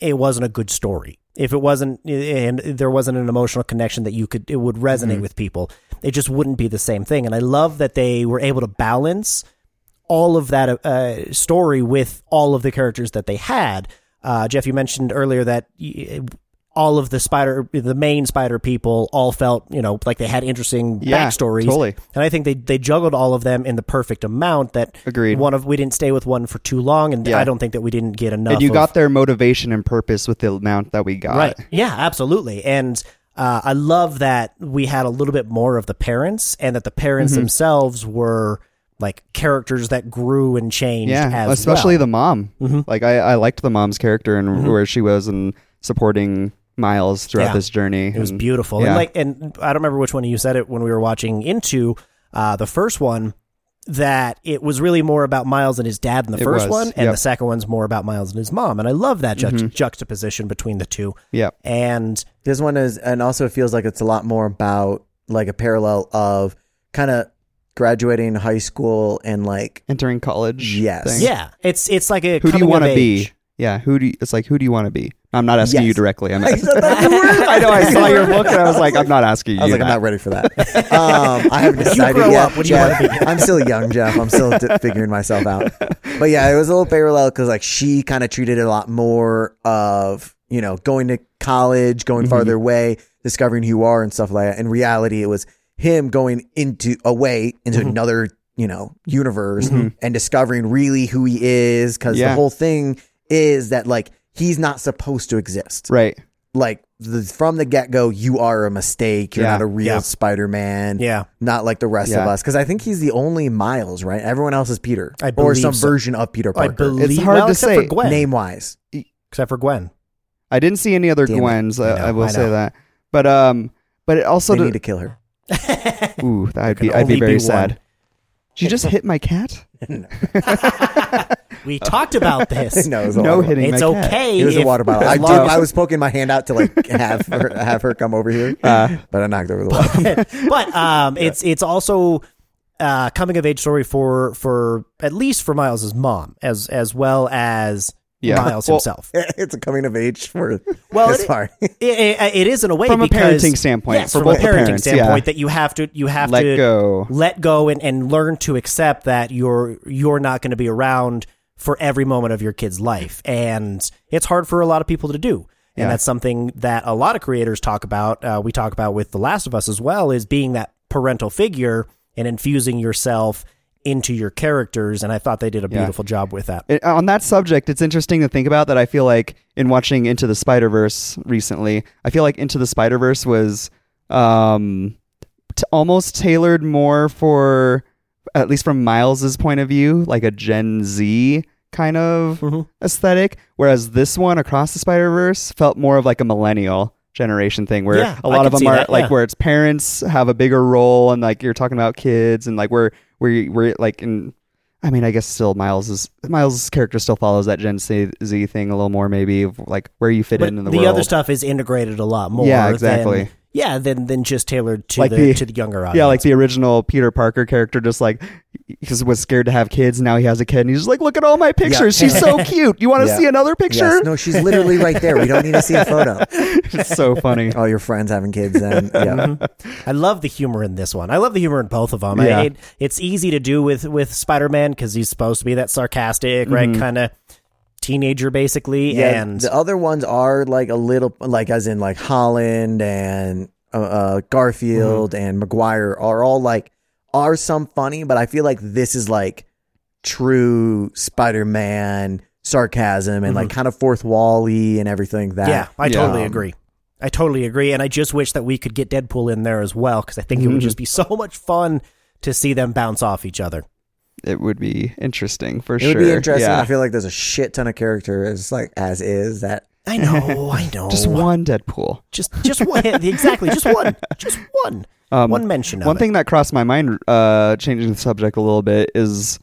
it wasn't a good story. If it wasn't, and there wasn't an emotional connection that you could, it would resonate Mm-hmm. with people. It just wouldn't be the same thing. And I love that they were able to balance all of that uh, story with all of the characters that they had. Uh, Jeff, you mentioned earlier that y- all of the spider, the main spider people, all felt you know like they had interesting Yeah, backstories. totally. And I think they they juggled all of them in the perfect amount. That Agreed. One of we didn't stay with one for too long, and Yeah. I don't think that we didn't get enough. And you of- got their motivation and purpose with the amount that we got. Right. Yeah, absolutely. And uh, I love that we had a little bit more of the parents and that the Mm-hmm. parents themselves were like characters that grew and changed Yeah. as Especially well. the mom. Like I, I liked the mom's character and where she was and supporting Miles throughout Yeah. this journey. It was And- beautiful. Mm-hmm. Yeah. And like and I don't remember which one of you said it when we were watching into uh, the first one that it was really more about Miles and his dad in the It first was, one and yep. Mm-hmm. the second one's more about Miles and his mom and I love that ju- juxtaposition between the two. Yeah. And This one is, and also it feels like it's a lot more about like a parallel of kind of graduating high school and like Entering college. Yes. thing. yeah, it's it's like a Who do you want to be? Yeah. Who do you, it's like, who do you want to be? I'm not asking Yes. you directly. I'm, I said that you were. I know. I saw your look and I was like, I'm not asking you. I was like, that. I'm not ready for that. Um, I haven't decided grow yet. up, what do you Jeff. I'm still young, Jeff. I'm still d- figuring myself out. But yeah, it was a little parallel because like she kind of treated it a lot more of you know going to college, Mm-hmm. going farther away, discovering who you are and stuff like that. In reality, it was him going into away into Mm-hmm. another you know universe and discovering really who he is because the Yeah. whole thing is that like he's not supposed to exist Right. like the, from the get go, you are a mistake. You're Yeah. not a real Yeah. Spider Man. Yeah. Not like the rest of Yeah. us. Because I think he's the only Miles, right? Everyone else is Peter. I or believe some so. version of Peter I Parker. believe hard well, to except say. for Gwen. Name wise. except for Gwen. I didn't see any other Damn it. Gwens. I, I know, I will I say know. that. But um, but it also They do- need to kill her. ooh, I'd can be I'd only be very be sad. one. She just hit my cat. Oh. We talked about this. No, it was a water No bottle. hitting. It's my cat. okay. It was a if- water bottle. I as did. long as- I was poking my hand out to like have her, have her come over here, but I knocked over the water. Uh. but um, it's it's also uh, coming of age story for for at least for Miles's mom as as well as Yeah. Miles Well- himself. it's a coming of age for Well, this it- part. It- it- it is in a way From a because- parenting standpoint, Yes, for from a both the parenting parents, yeah. standpoint, that you have to you have Let to go. let go, and, and learn to accept that you're you're not going to be around for every moment of your kid's life, and it's hard for a lot of people to do. And Yeah. that's something that a lot of creators talk about. Uh, we talk about with The Last of Us as well, is being that parental figure and infusing yourself into your characters. And I thought they did a beautiful job with that. It- on that subject, it's interesting to think about that. I feel like in watching Into the Spider Verse recently, I feel like Into the Spider Verse was um, t- almost tailored more for, at least from Miles's point of view, like a Gen Z kind of aesthetic. Whereas this one, Across the Spider Verse, felt more of like a millennial generation thing where Yeah, a I lot could of them see are that, like yeah. where its parents have a bigger role and like you're talking about kids and like we're we're, we're like in I mean, I guess still Miles is Miles' character still follows that Gen Z Z thing a little more, maybe of, like where you fit But in in the, the, world. other stuff is integrated a lot more. Yeah, than- exactly. yeah, than than just tailored to Like the, the- to the younger audience. Yeah, like the original Peter Parker character, just like because was scared to have kids. Now he has a kid, and he's just like, "Look at all my pictures. She's so cute. You want to Yeah. see another picture?" Yes, no, she's literally right there. We don't need to see a photo. it's so funny. All your friends having kids, and Mm-hmm. yeah, I love the humor in this one. I love the humor in both of them. Yeah. I, it, it's easy to do with with Spider Man because he's supposed to be that sarcastic, Mm-hmm. right, kind of teenager, basically. Yeah, and the other ones are like a little like as in like Holland and uh, uh, Garfield and Mm-hmm. McGuire are all like are some funny, but I feel like this is like true Spider Man sarcasm and like kind of fourth wally and everything that yeah, I Mm-hmm. Yeah. totally Um, agree. I totally agree, and I just wish that we could get Deadpool in there as well because I Mm-hmm. think it would just be so much fun to see them bounce off each other. It would be interesting for it sure. would be interesting. Yeah. I feel like there's a shit ton of characters like as is that I know, I know. Oh, Just one Deadpool. just just one. exactly, just one, just one, one mention of Um, One it. thing that crossed my mind, uh, changing the subject a little bit, is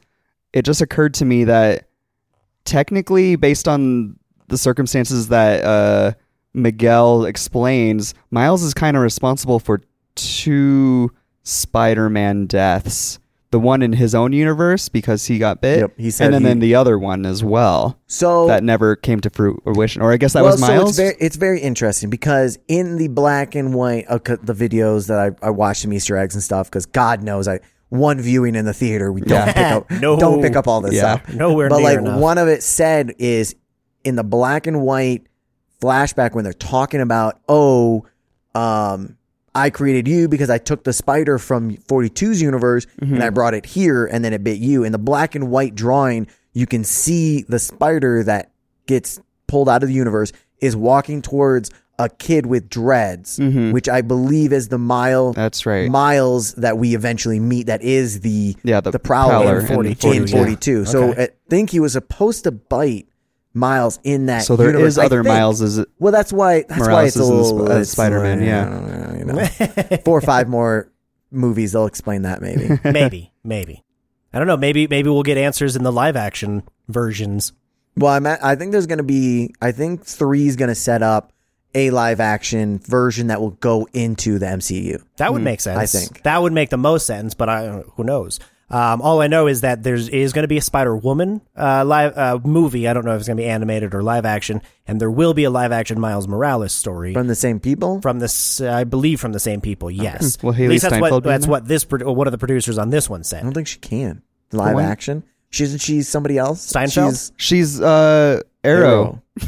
it just occurred to me that technically, based on the circumstances that uh, Miguel explains, Miles is kind of responsible for two Spider-Man deaths. The one in his own universe because he got bit, Yep, he said and then, he- then the other one as well So that never came to fruition. Or I guess that was so Miles. it's very, it's very interesting because in the black and white, uh, c- the videos that I, I watched some Easter eggs and stuff, because God knows I one viewing in the theater, we don't pick up No. don't pick up all this Yeah. stuff. Nowhere but near like enough. one of it said is in the black and white flashback when they're talking about oh, um, I created you because I took the spider from 42's universe and Mm-hmm. I brought it here and then it bit you. In the black and white drawing, you can see the spider that gets pulled out of the universe is walking towards a kid with dreads, which I believe is the mile Mm-hmm. That's right. Miles that we eventually meet that is the Yeah, the prowler, Prowler in in 42. 42, yeah. So Okay. I think he was supposed to bite Miles in that. so there is universe, I other think. Miles. Is Well, that's why that's why Morales it's a is in little Sp- uh, it's- Spider-Man, yeah. I don't know, you know. four or five more movies they'll explain that maybe. maybe, maybe. I don't know. Maybe maybe we'll get answers in the live action versions. Well, I'm at, I think there's going to be I think three is going to set up a live action version that will go into the MCU. That would make sense. Hmm, I think. that would make the most sense. But I, who knows? Um, all I know is that there's is going to be a Spider Woman uh, live uh, movie. I don't know if it's going to be animated or live action, and there will be a live action Miles Morales story From the same people? from this, I believe, from the same people. Yes. Will At Hailee least that's Steinfeld what be in that's there? what this pro- or one of the producers on this one I said. don't think she can. Live one- action? She isn't she somebody else? Steinfeld? She's she's uh, Arrow.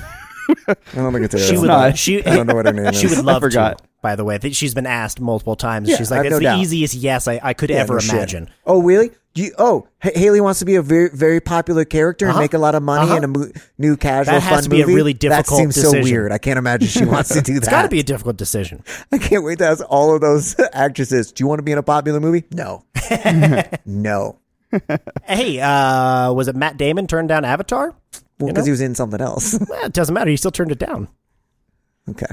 I don't think it's Arrow. She would. not. She. I don't know what her name She is. would love forgot. to. By the way, That she's been asked multiple times. Yeah, she's I like, have "That's no the doubt. easiest yes I, I could Yeah, ever no shit. imagine." Oh, really? Do you, oh, H- Haley wants to be a very, very popular character and make a lot of money in a mo- new casual Uh-huh. That has fun to be a movie? really difficult That seems decision. so weird. I can't imagine she wants to do that. It's got to be a difficult decision. I can't wait to ask all of those actresses. Do you want to be in a popular movie? No. no. Hey, uh, was it Matt Damon turned down Avatar? Well, because he was in something else. Well, it doesn't matter. He still turned it down. okay.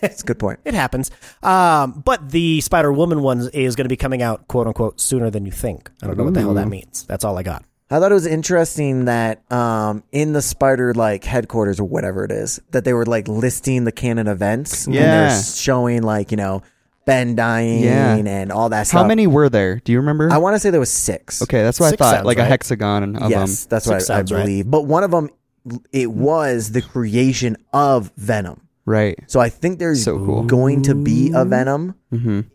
That's a good point. It happens. Um, but the Spider Woman one is going to be coming out, quote unquote, sooner than you think. I don't know what the hell that means. That's all I got. I thought it was interesting that um, in the spider like headquarters or whatever it is that they were like listing the canon events. and they're Yeah. showing like you know Ben dying Yeah. and all that stuff. How many were there? Do you remember? I want to say there was six. Okay, that's what Six I thought. sounds Like a right. hexagon of yes, them. that's Six what I, I sounds right. believe. But one of them, it was the creation of Venom. Right. So I think there's So cool. Mm-hmm. going to be a Venom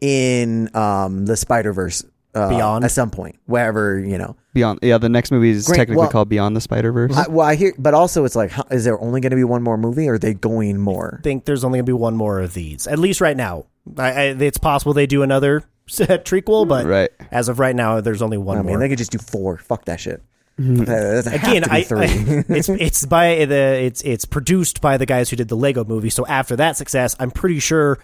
in um, the Spider Verse uh, Beyond? at some point, wherever you know. Beyond. Yeah, the next movie is Great, technically well- called Beyond the Spider Verse. I, well, I hear, but also it's like, huh, is there only going to be one more movie? Or are they going more? I think there's only going to be one more of these, at least right now. I, I, it's possible they do another trequel, but Right. as of right now, there's only one I more. Mm-hmm. mean, they could just do four. Fuck that shit. Uh, that's- have Again, to be I, three. I- it's it's by the it's it's produced by the guys who did the Lego movie. So after that success, I'm pretty sure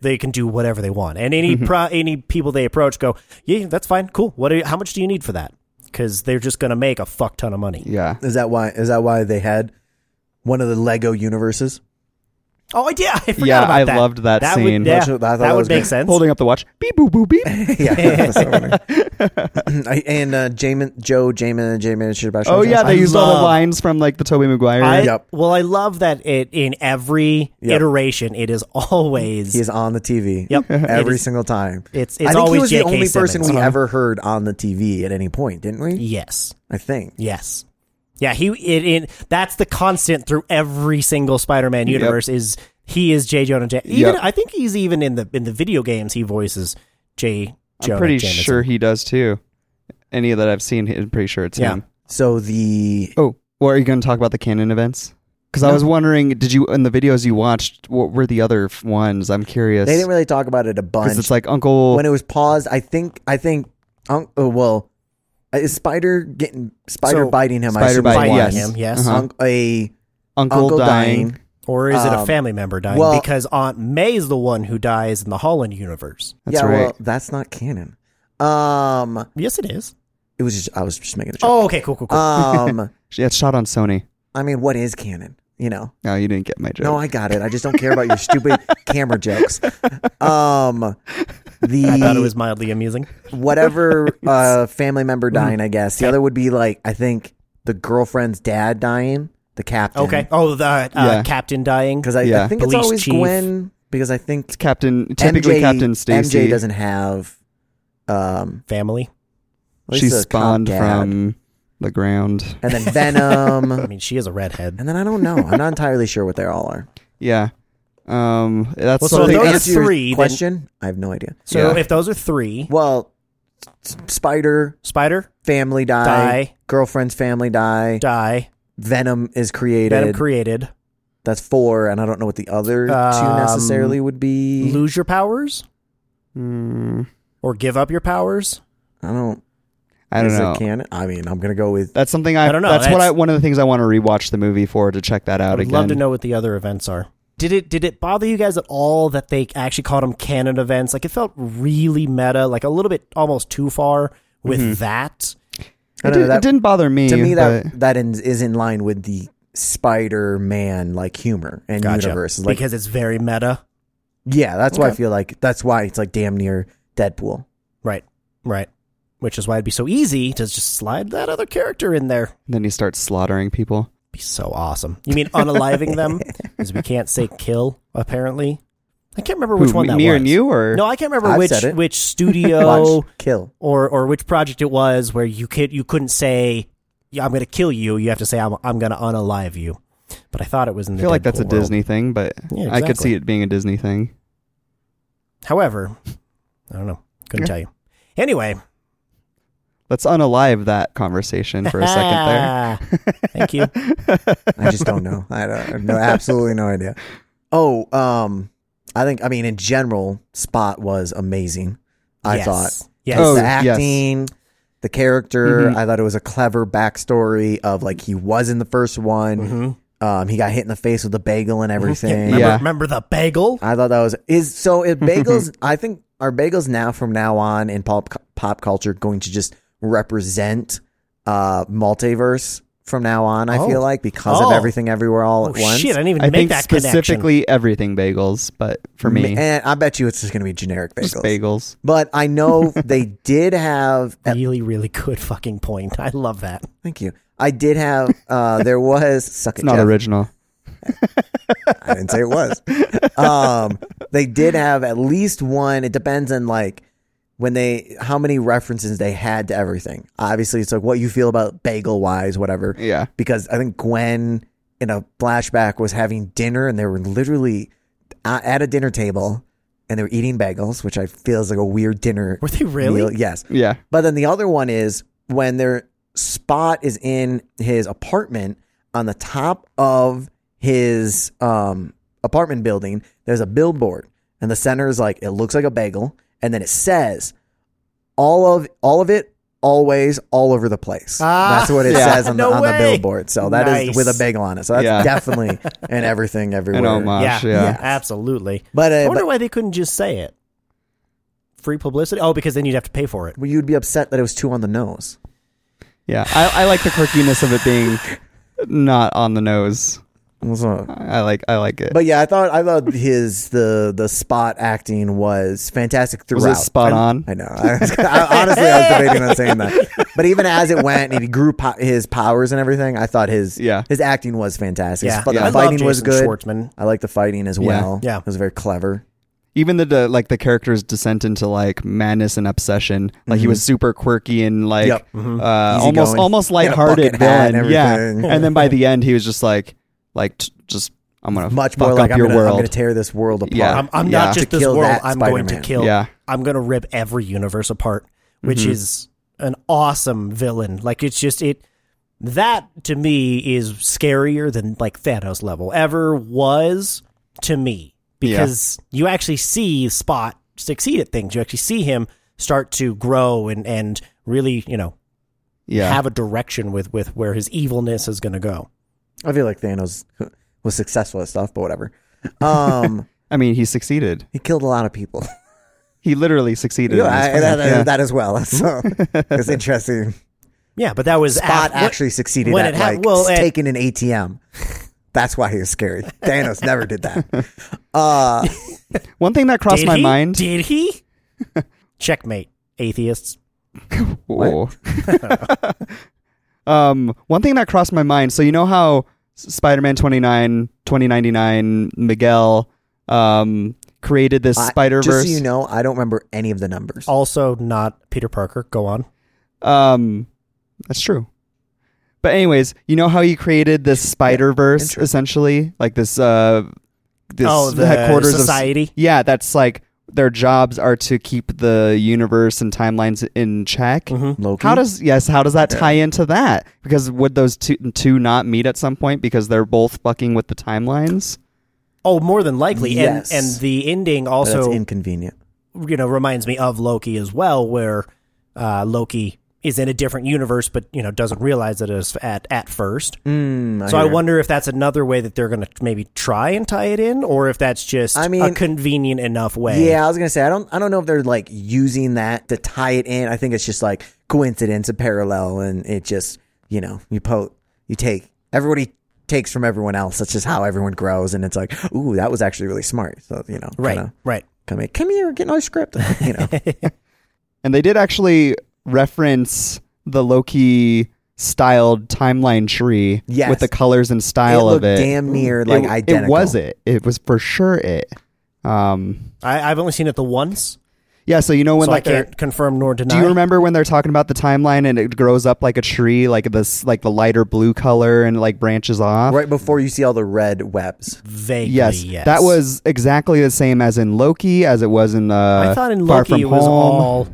they can do whatever they want. And any pro, any people they approach go, yeah, that's fine, cool. What? Are you, how much do you need for that? Because they're just gonna make a fuck ton of money. yeah. is that why? Is that why they had one of the Lego universes? Oh, I did. I forgot Yeah, about I that. loved that would- scene. yeah, That's what- I thought that, that would was make good. sense. Holding up the watch. Beep boop boop beep. yeah, that's so funny. I- and uh, Jamin, Joe, Jamin, Jamin, Sebastian. oh yeah, they I used all the love- lines from like the Toby Maguire. I, Yep. Well, I love that it in every Yep. iteration, it is always He is on the TV. Yep. Every It is- single time. it's- it's I think always he was J.K. the only person Simmons. we Uh-huh. ever heard on the TV at any point, didn't we? yes. I think. Yes. Yeah, he it, it that's the constant through every single Spider-Man universe is he is J Jonah Jameson. Even Yep. I think he's even in the in the video games he voices J am Jonah pretty Jameson. sure he does too. Any that I've seen, I'm pretty sure it's Yeah. him. So the Oh, well, are you going to talk about the canon events? Because I was wondering, did you in the videos you watched, what were the other f- ones? I'm curious. they didn't really talk about it a bunch. it's like Uncle. when it was paused, I think I think um, oh, well, is Spider getting Spider So- biting him? I Spider assume bite, Biting is yes. one. him, yes. Uh-huh. Unc- a Uncle, Uncle dying. dying. Or is it a Um, family member dying? well- because Aunt May's the one who dies in the Holland universe. That's yeah, right. well, that's not canon. Um, Yes, it is. it was just I was just making a joke. Oh, okay, cool, cool, cool. Um, yeah, it's shot on Sony. I mean, what is canon? you know. No, you didn't get my joke. No, I got it. I just don't care about your stupid camera jokes. Um, the I thought it was mildly amusing. whatever uh, family member Mm-hmm. dying, I guess. The other would be like I think the girlfriend's dad dying, the captain. Okay. Oh, the uh, Yeah. captain dying. because I, I Yeah. think Police it's always chief. Gwen. Because I think Captain, typically MJ, Captain Stacy. MJ doesn't have. Um, family. at least She a cop spawned dad. from the ground. and then Venom, I mean, she is a redhead. and then I don't know. I'm not entirely sure what they all are. Yeah. Um. That's Well, so something. those are that's- Answer your three, then- question. I have no idea. So Yeah. if those are three, Well, s- spider Spider family die, Die. girlfriend's family die, die, Venom is created. Venom created, That's four, and I don't know what the other two Um, necessarily would be. lose your powers Mm, or give up your powers. I don't. I don't is know. It canon? I mean, I'm gonna go with. That's something I, I don't know. That's, what That's- I one of the things I want to rewatch the movie for to check that I out would again. love to know what the other events are. Did it did it bother you guys at all that they actually called them canon events? Like it felt really meta, like a little bit almost too far with that. I It, don't know, did, that- not bother me. To me, but- that that in, is in line with the Spider-Man like humor and Gotcha. universe. Like, because it's very meta. yeah, that's why I feel like that's why it's like damn near Deadpool. Right. Right. Which is why it'd be so easy to just slide that other character in there. then he starts slaughtering people. be so awesome. You mean unaliving them? Because we can't say kill, apparently. I can't remember which Who, one me, that me was. and you, or No, I can't remember I've which said it. which Watch studio kill. or or which project it was where you could you couldn't say yeah, I'm going to kill you. You have to say I'm I'm going to unalive you. But I thought it was in I the feel like Deadpool that's a world. Disney thing, but Yeah, I could exactly. see it being a Disney thing. However, I don't know. Couldn't tell you. Anyway, Let's unalive that conversation for a second there. Thank you. I just don't know. I don't I have no absolutely no idea. Oh, um, I think I mean in general, Spot was amazing. I Yes. thought Yes. Mm-hmm. Oh, the yes. acting, the character. I thought it was a clever backstory of like he was in the first one. Um, he got hit in the face with a bagel and everything. Mm-hmm. Remember, Yeah. remember the bagel? I thought that was is so. If bagels, I think are bagels now from now on in pop pop culture going to just represent uh multiverse from now on? I feel like because Oh. of everything everywhere all Oh, at once. shit, I didn't even I make think that connection. specifically everything bagels, but for me, And I bet you it's just going to be generic just bagels. bagels. But I know they did have. Really, really good fucking point. I love that. Thank you. I did have. Uh, there was. Suck it, It's not Jeff. original. I didn't say it was. Um, they did have at least one. It depends on like when they how many references they had to everything. Obviously, it's like what you feel about bagel wise, whatever. Yeah. Because I think Gwen in a flashback was having dinner and they were literally uh, at a dinner table and they were eating bagels, which I feel is like a weird dinner. Were they really? meal. Yes. Yeah. But then the other one is when their spot is in his apartment on the top of his um, apartment building, there's a billboard and the center is like it looks like a bagel and then it says all of all of it always all over the place. Ah, that's what it yeah. says on, No the, on the way. billboard. So that is Nice. with a bagel on it. So that's Yeah. definitely an everything everywhere. An uh, homage. Yeah. Eh, Yeah. Absolutely. But I uh, wonder but why they couldn't just say it. Free publicity? Oh, because then you'd have to pay for it. you'd be upset that it was too on the nose. Yeah. I, I like the quirkiness of it being not on the nose. So- I like I like it. But yeah, I thought I thought his the the spot acting was fantastic Was throughout. it spot on? I know. I, was- I- honestly, I was debating on saying that, but even as it went and he grew po- his powers and everything, I thought his Yeah. his acting was fantastic. Yeah. His fu- yeah. The I love fighting Jason was good. Schwartzman. I like the fighting as well. Yeah. it was very clever. even the, the like the character's descent into like madness and obsession. Like he was super quirky and like Mm-hmm. Yep. uh, Easy almost going. almost Had a bucket lighthearted hat villain. and yeah, everything. and then by the end he was just like like t- just I'm gonna Much fuck more like up I'm your gonna, I'm world. gonna tear this world apart. Yeah. I'm, I'm Yeah. not just To this kill world. that I'm going to Spider-Man. kill. Yeah. Mm-hmm. I'm going to rip every universe apart, which is an awesome villain. Like it's just it. That to me is scarier than like Thanos level ever was to me because you actually see Spot succeed at things. You actually see him start to grow and and really you know yeah, have a direction with with where his evilness is going to go. I feel like Thanos was successful at stuff, but whatever. Um, I mean he succeeded. he killed a lot of people. He literally succeeded. Yeah, in this I- plan. that, uh, Yeah. that as well. So it's interesting. Yeah, but that was Spot af- what- actually succeeded when at it hap- like well, at- taking an ATM. That's why he was scary. Thanos never did that. Uh, One thing that crossed Did my he? mind. Did he? Checkmate, atheists. Whoa. um, one thing that crossed my mind. So you know how S- Spider-Man 29, 2099, Miguel um, created this I- Spider-Verse. Just so you know, I don't remember any of the numbers. Also, not Peter Parker. Go on. Um, that's true. But anyways, you know how he created this Spider Verse essentially, like this uh, this Oh, the headquarters society? Of, yeah, that's like their jobs are to keep the universe and timelines in check. Loki. How does yes? How does that tie into that? Because would those two two not meet at some point because they're both fucking with the timelines? Oh, more than likely. Yes. And and the ending But that's also inconvenient. you know reminds me of Loki as well, where uh, Loki is in a different universe, but you know doesn't realize it is at at first. Mm, so I hear. wonder if that's another way that they're going to maybe try and tie it in, or if that's just I a mean- convenient enough way. Yeah, I was gonna say I don't I don't know if they're like using that to tie it in. I think it's just like coincidence, a parallel, and it just you know you po you take everybody takes from everyone else. That's just how everyone grows, and it's like ooh that was actually really smart. So you know Right. kinda Right. come in, come here, get my script. You know, And they did actually reference the Loki styled timeline tree Yes. with the colors and it style looked of it. damn near like it, identical. It was it. It was for sure it. Um, I, I've only seen it the once, yeah. So you know when so like I they're can't confirm nor deny. do you remember when they're talking about the timeline and it grows up like a tree, like this, like the lighter blue color and like branches off? right before you see all the red webs. Vaguely, Yes, yes. that was exactly the same as in Loki, as it was in uh, I thought in Far Loki From it was Home. all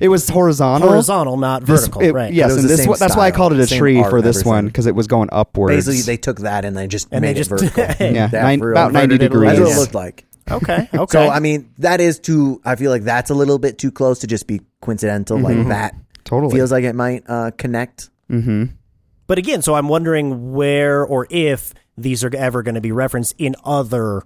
It was horizontal. horizontal, not This- vertical. it- right. Yes, It was and the this same one, that's why I style, called it a same tree art for and this one everything. because it was going upwards. Basically, they took that and they just And they made just- it vertical. Yeah, That nine- for real. about 90 Vertical That's what is- it looked like. Okay. Okay. So I mean, that is too. I feel like that's a little bit too close to just be coincidental. Like that Mm-hmm. totally. feels like it might uh, connect. But again, so I'm wondering where or if these are ever going to be referenced in other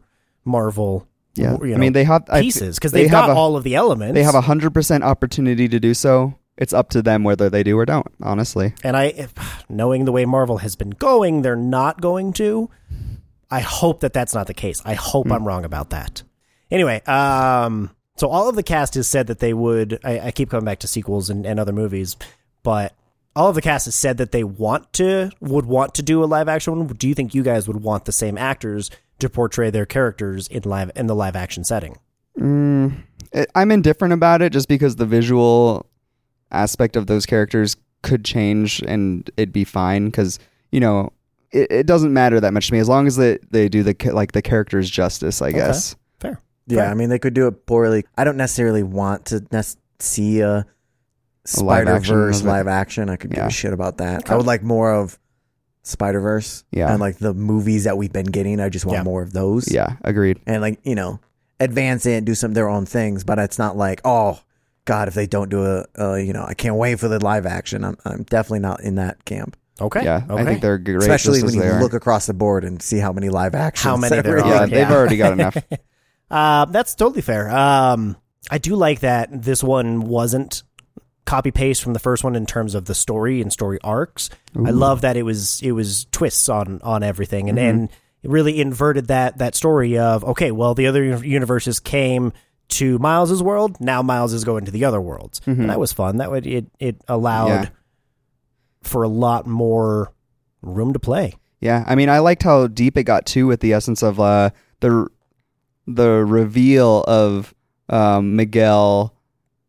Marvel. Yeah. you know, I mean, they have- I f- pieces because they they've have got a- all of the elements. they have a hundred percent opportunity to do so. It's up to them whether they do or don't. Honestly, and I, if- knowing the way Marvel has been going, they're not going to. I hope that that's not the case. I Hmm. hope I'm wrong about that. Anyway, um, so all of the cast has said that they would. I, I keep coming back to sequels and, and other movies, but all of the cast has said that they want to would want to do a live action one. Do you think you guys would want the same actors to portray their characters in live in the live action setting? I- I'm indifferent about it just because the visual aspect of those characters could change and it'd be fine because you know it, it doesn't matter that much to me as long as they, they do the ca- like the characters justice. I guess Fair. Yeah, I mean, they could do it poorly. I don't necessarily want to nes- see a live Spider action Verse of it. live action. I could give Yeah. a shit about that. I would like more of Spider Verse. Yeah. and like the movies that we've been getting. I just want Yeah. more of those. yeah, agreed. and like you know, advance it, do some of their own things. But it's not like oh. God, if they don't do a, uh, you know, I can't wait for the live action. I'm, I'm definitely not in that camp. Okay. Yeah, Okay. I think they're great. Especially just when as you they are. look across the board and see how many live actions. How many there everything- are. yeah, Yeah. they've already got enough. Uh, that's totally fair. Um, I do like that this one wasn't copy paste from the first one in terms of the story and story arcs. I love that it was it was twists on on everything Mm-hmm. and and it really inverted that that story of okay, well the other uni- universes came to Miles's world, now Miles is going to the other worlds. And that was fun. That would it it allowed Mm-hmm. Yeah. for a lot more room to play. Yeah, I mean, I liked how deep it got too with the essence of uh, the the reveal of um, Miguel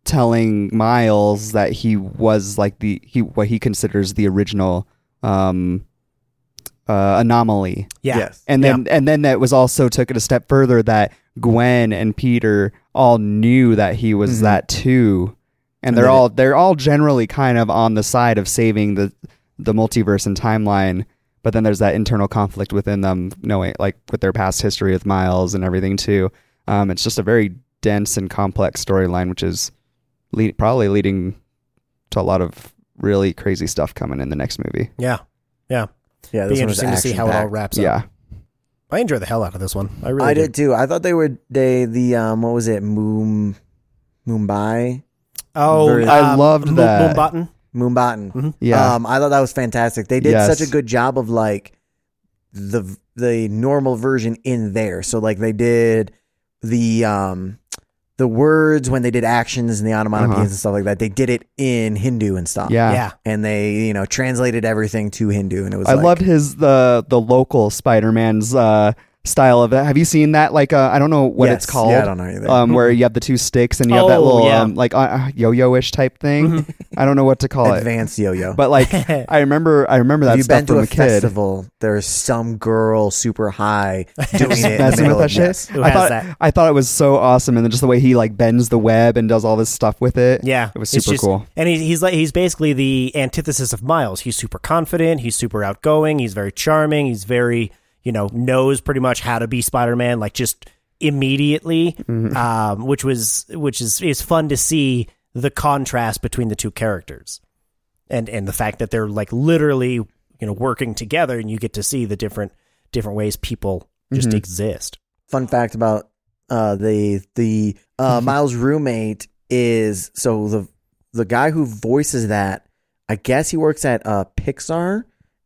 telling Miles that he was like the he what he considers the original um, uh, anomaly, Yeah. Yes. and then and then that was also took it a step further that Gwen and Peter all knew that he was that too, and they're all they're all generally kind of on the side of saving the the multiverse and timeline. But then there's that internal conflict within them, knowing like with their past history with Miles and everything too. Um, it's just a very dense and complex storyline, which is le- probably leading to a lot of really crazy stuff coming in the next movie. Yeah. Yeah. Yeah, Be interesting to see how it all wraps wraps. up. yeah, I enjoy the hell out of this one. I really I do. did too. I thought they were they the um what was it Moom Mumbai Oh, Very- I loved Moon- that. Moonbutton. Moombatan. yeah. Um, I thought that was fantastic. They did Yes. such a good job of like the the normal version in there. So like they did the um the words when they did actions and the onomatopoeias Uh-huh. and stuff like that. They did it in Hindu and stuff. Yeah. yeah. and they you know translated everything to Hindu, and it was I like, loved his the the local Spider Man's uh, style of it. Have you seen that? Like uh, I don't know what it's Yes. called. Yeah, I don't know either. Mm-hmm. Um, where you have the two sticks and you have that Oh, little yeah. Mm-hmm. um, like uh, uh, yo-yo-ish type thing. I don't know what to call it. advanced yo-yo. But like I remember, I remember if that you've stuff been to from a, a kid. festival, there's some girl super high doing it. in the Messing middle with of that shit. this. Who I has thought that? I thought it was so awesome, and then just the way he like bends the web and does all this stuff with it. Yeah, it was It's super just- cool. And he's, he's like he's basically the antithesis of Miles. He's super confident. He's super outgoing. He's very charming. He's very you know knows pretty much how to be Spider Man. Like just immediately, Mm-hmm. um, which was which is is fun to see the contrast between the two characters, and and the fact that they're like literally you know working together, and you get to see the different different ways people just Mm-hmm. exist. Fun fact about uh, the the uh, Miles roommate is so the the guy who voices that. I guess he works at uh, Pixar,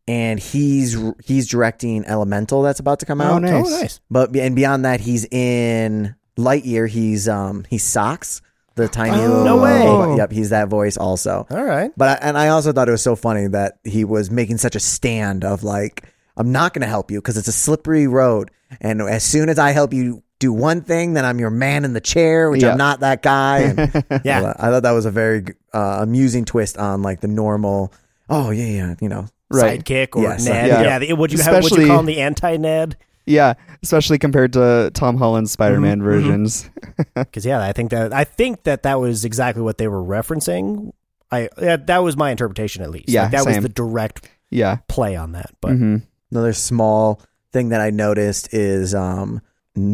and he's he's directing Elemental that's about to come out. Oh, nice. Oh, nice. But and beyond that, he's in Lightyear. He's um he's socks the tiny Oh, little no way. robot. Yep, he's that voice also. All right. But I, and I also thought it was so funny that he was making such a stand of like, I'm not going to help you because it's a slippery road, and as soon as I help you do one thing, then I'm your man in the chair, which Yeah. I'm not that guy. And Yeah. I thought that was a very uh, amusing twist on like the normal. Oh yeah, yeah, you know. Right. Sidekick or Yes. Ned. Yeah. Yeah. the- would you have, would you Especially- call him the anti Ned? Yeah, especially compared to Tom Mm-hmm. Holland's Spider-Man versions. Because yeah, I think that I think that that was exactly what they were referencing. I that, that was my interpretation at least. Yeah, Like, that same. was the direct Yeah. play on that. But hmm Another small thing that I noticed is um,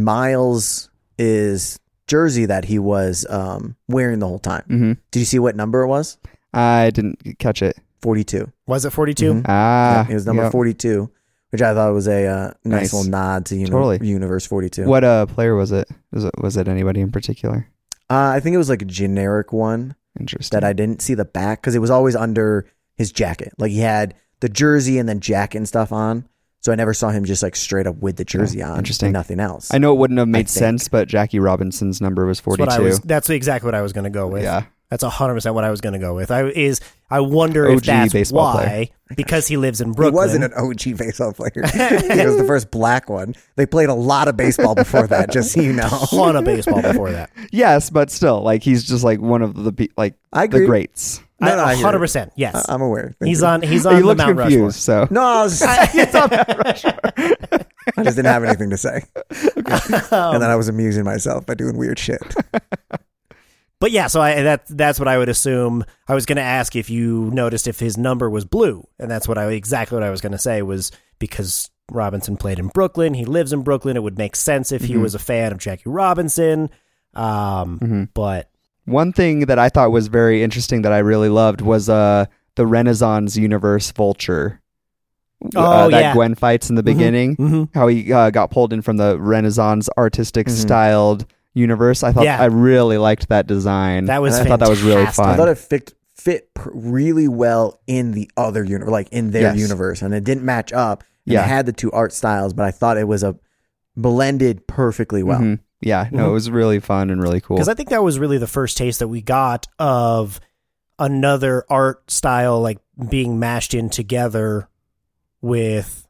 Miles is jersey that he was um, wearing the whole time. hmm Did you see what number it was? I didn't catch it. Forty two. was it forty Mm-hmm. two? Ah, it was number yeah. forty two, which I thought was a uh, nice, Nice. little nod to you know, Totally. Universe forty two. What uh, player was it? Was it was it anybody in particular? Uh, I think it was like a generic one Interesting. that I didn't see the back because it was always under his jacket. Like he had the jersey and then jacket and stuff on, so I never saw him just like straight up with the jersey on. interesting. and nothing else. I know it wouldn't have made think. sense, but Jackie Robinson's number was That's what I 42. was. That's exactly what I was going to go with. Yeah. that's hundred percent what I was going to go with. I is I wonder if OG that's baseball why player. because he lives in He Brooklyn. wasn't an OG baseball player. he was the first black one. They played a lot of baseball before that, just so you know. ton of baseball before that. Yes, but still, like he's just like one of the pe- like I the agree. greats. No, no, I I hear hundred it. percent. Yes, I- am aware. Thank he's you. on. He's on you the looked Mount Rushmore. confused, so No, I, was just, I just didn't have anything to say. and then I was amusing myself by doing weird shit. But yeah, so I that that's what I would assume. I was going to ask if you noticed if his number was blue, and that's what I exactly what I was going to say was because Robinson played in Brooklyn. He lives in Brooklyn. It would make sense if he was a fan of Jackie Robinson. Um, but One thing that I thought was very interesting that I really loved was uh the Renaissance universe vulture. uh, Oh, that yeah. Gwen fights in the beginning, mhm. how he uh, got pulled in from the Renaissance artistic styled universe. I thought Mm-hmm. Yeah. I really liked that design. That was And I thought that was really fantastic. I fun. thought it fit, fit pr- really well in the other universe, like in their Yes. universe, and it didn't match up. And Yeah. It had the two art styles, but I thought it was a blended perfectly well. Mhm. Yeah, no, it was really fun and really cool. Mm-hmm. because I think that was really the first taste that we got of another art style like being mashed in together with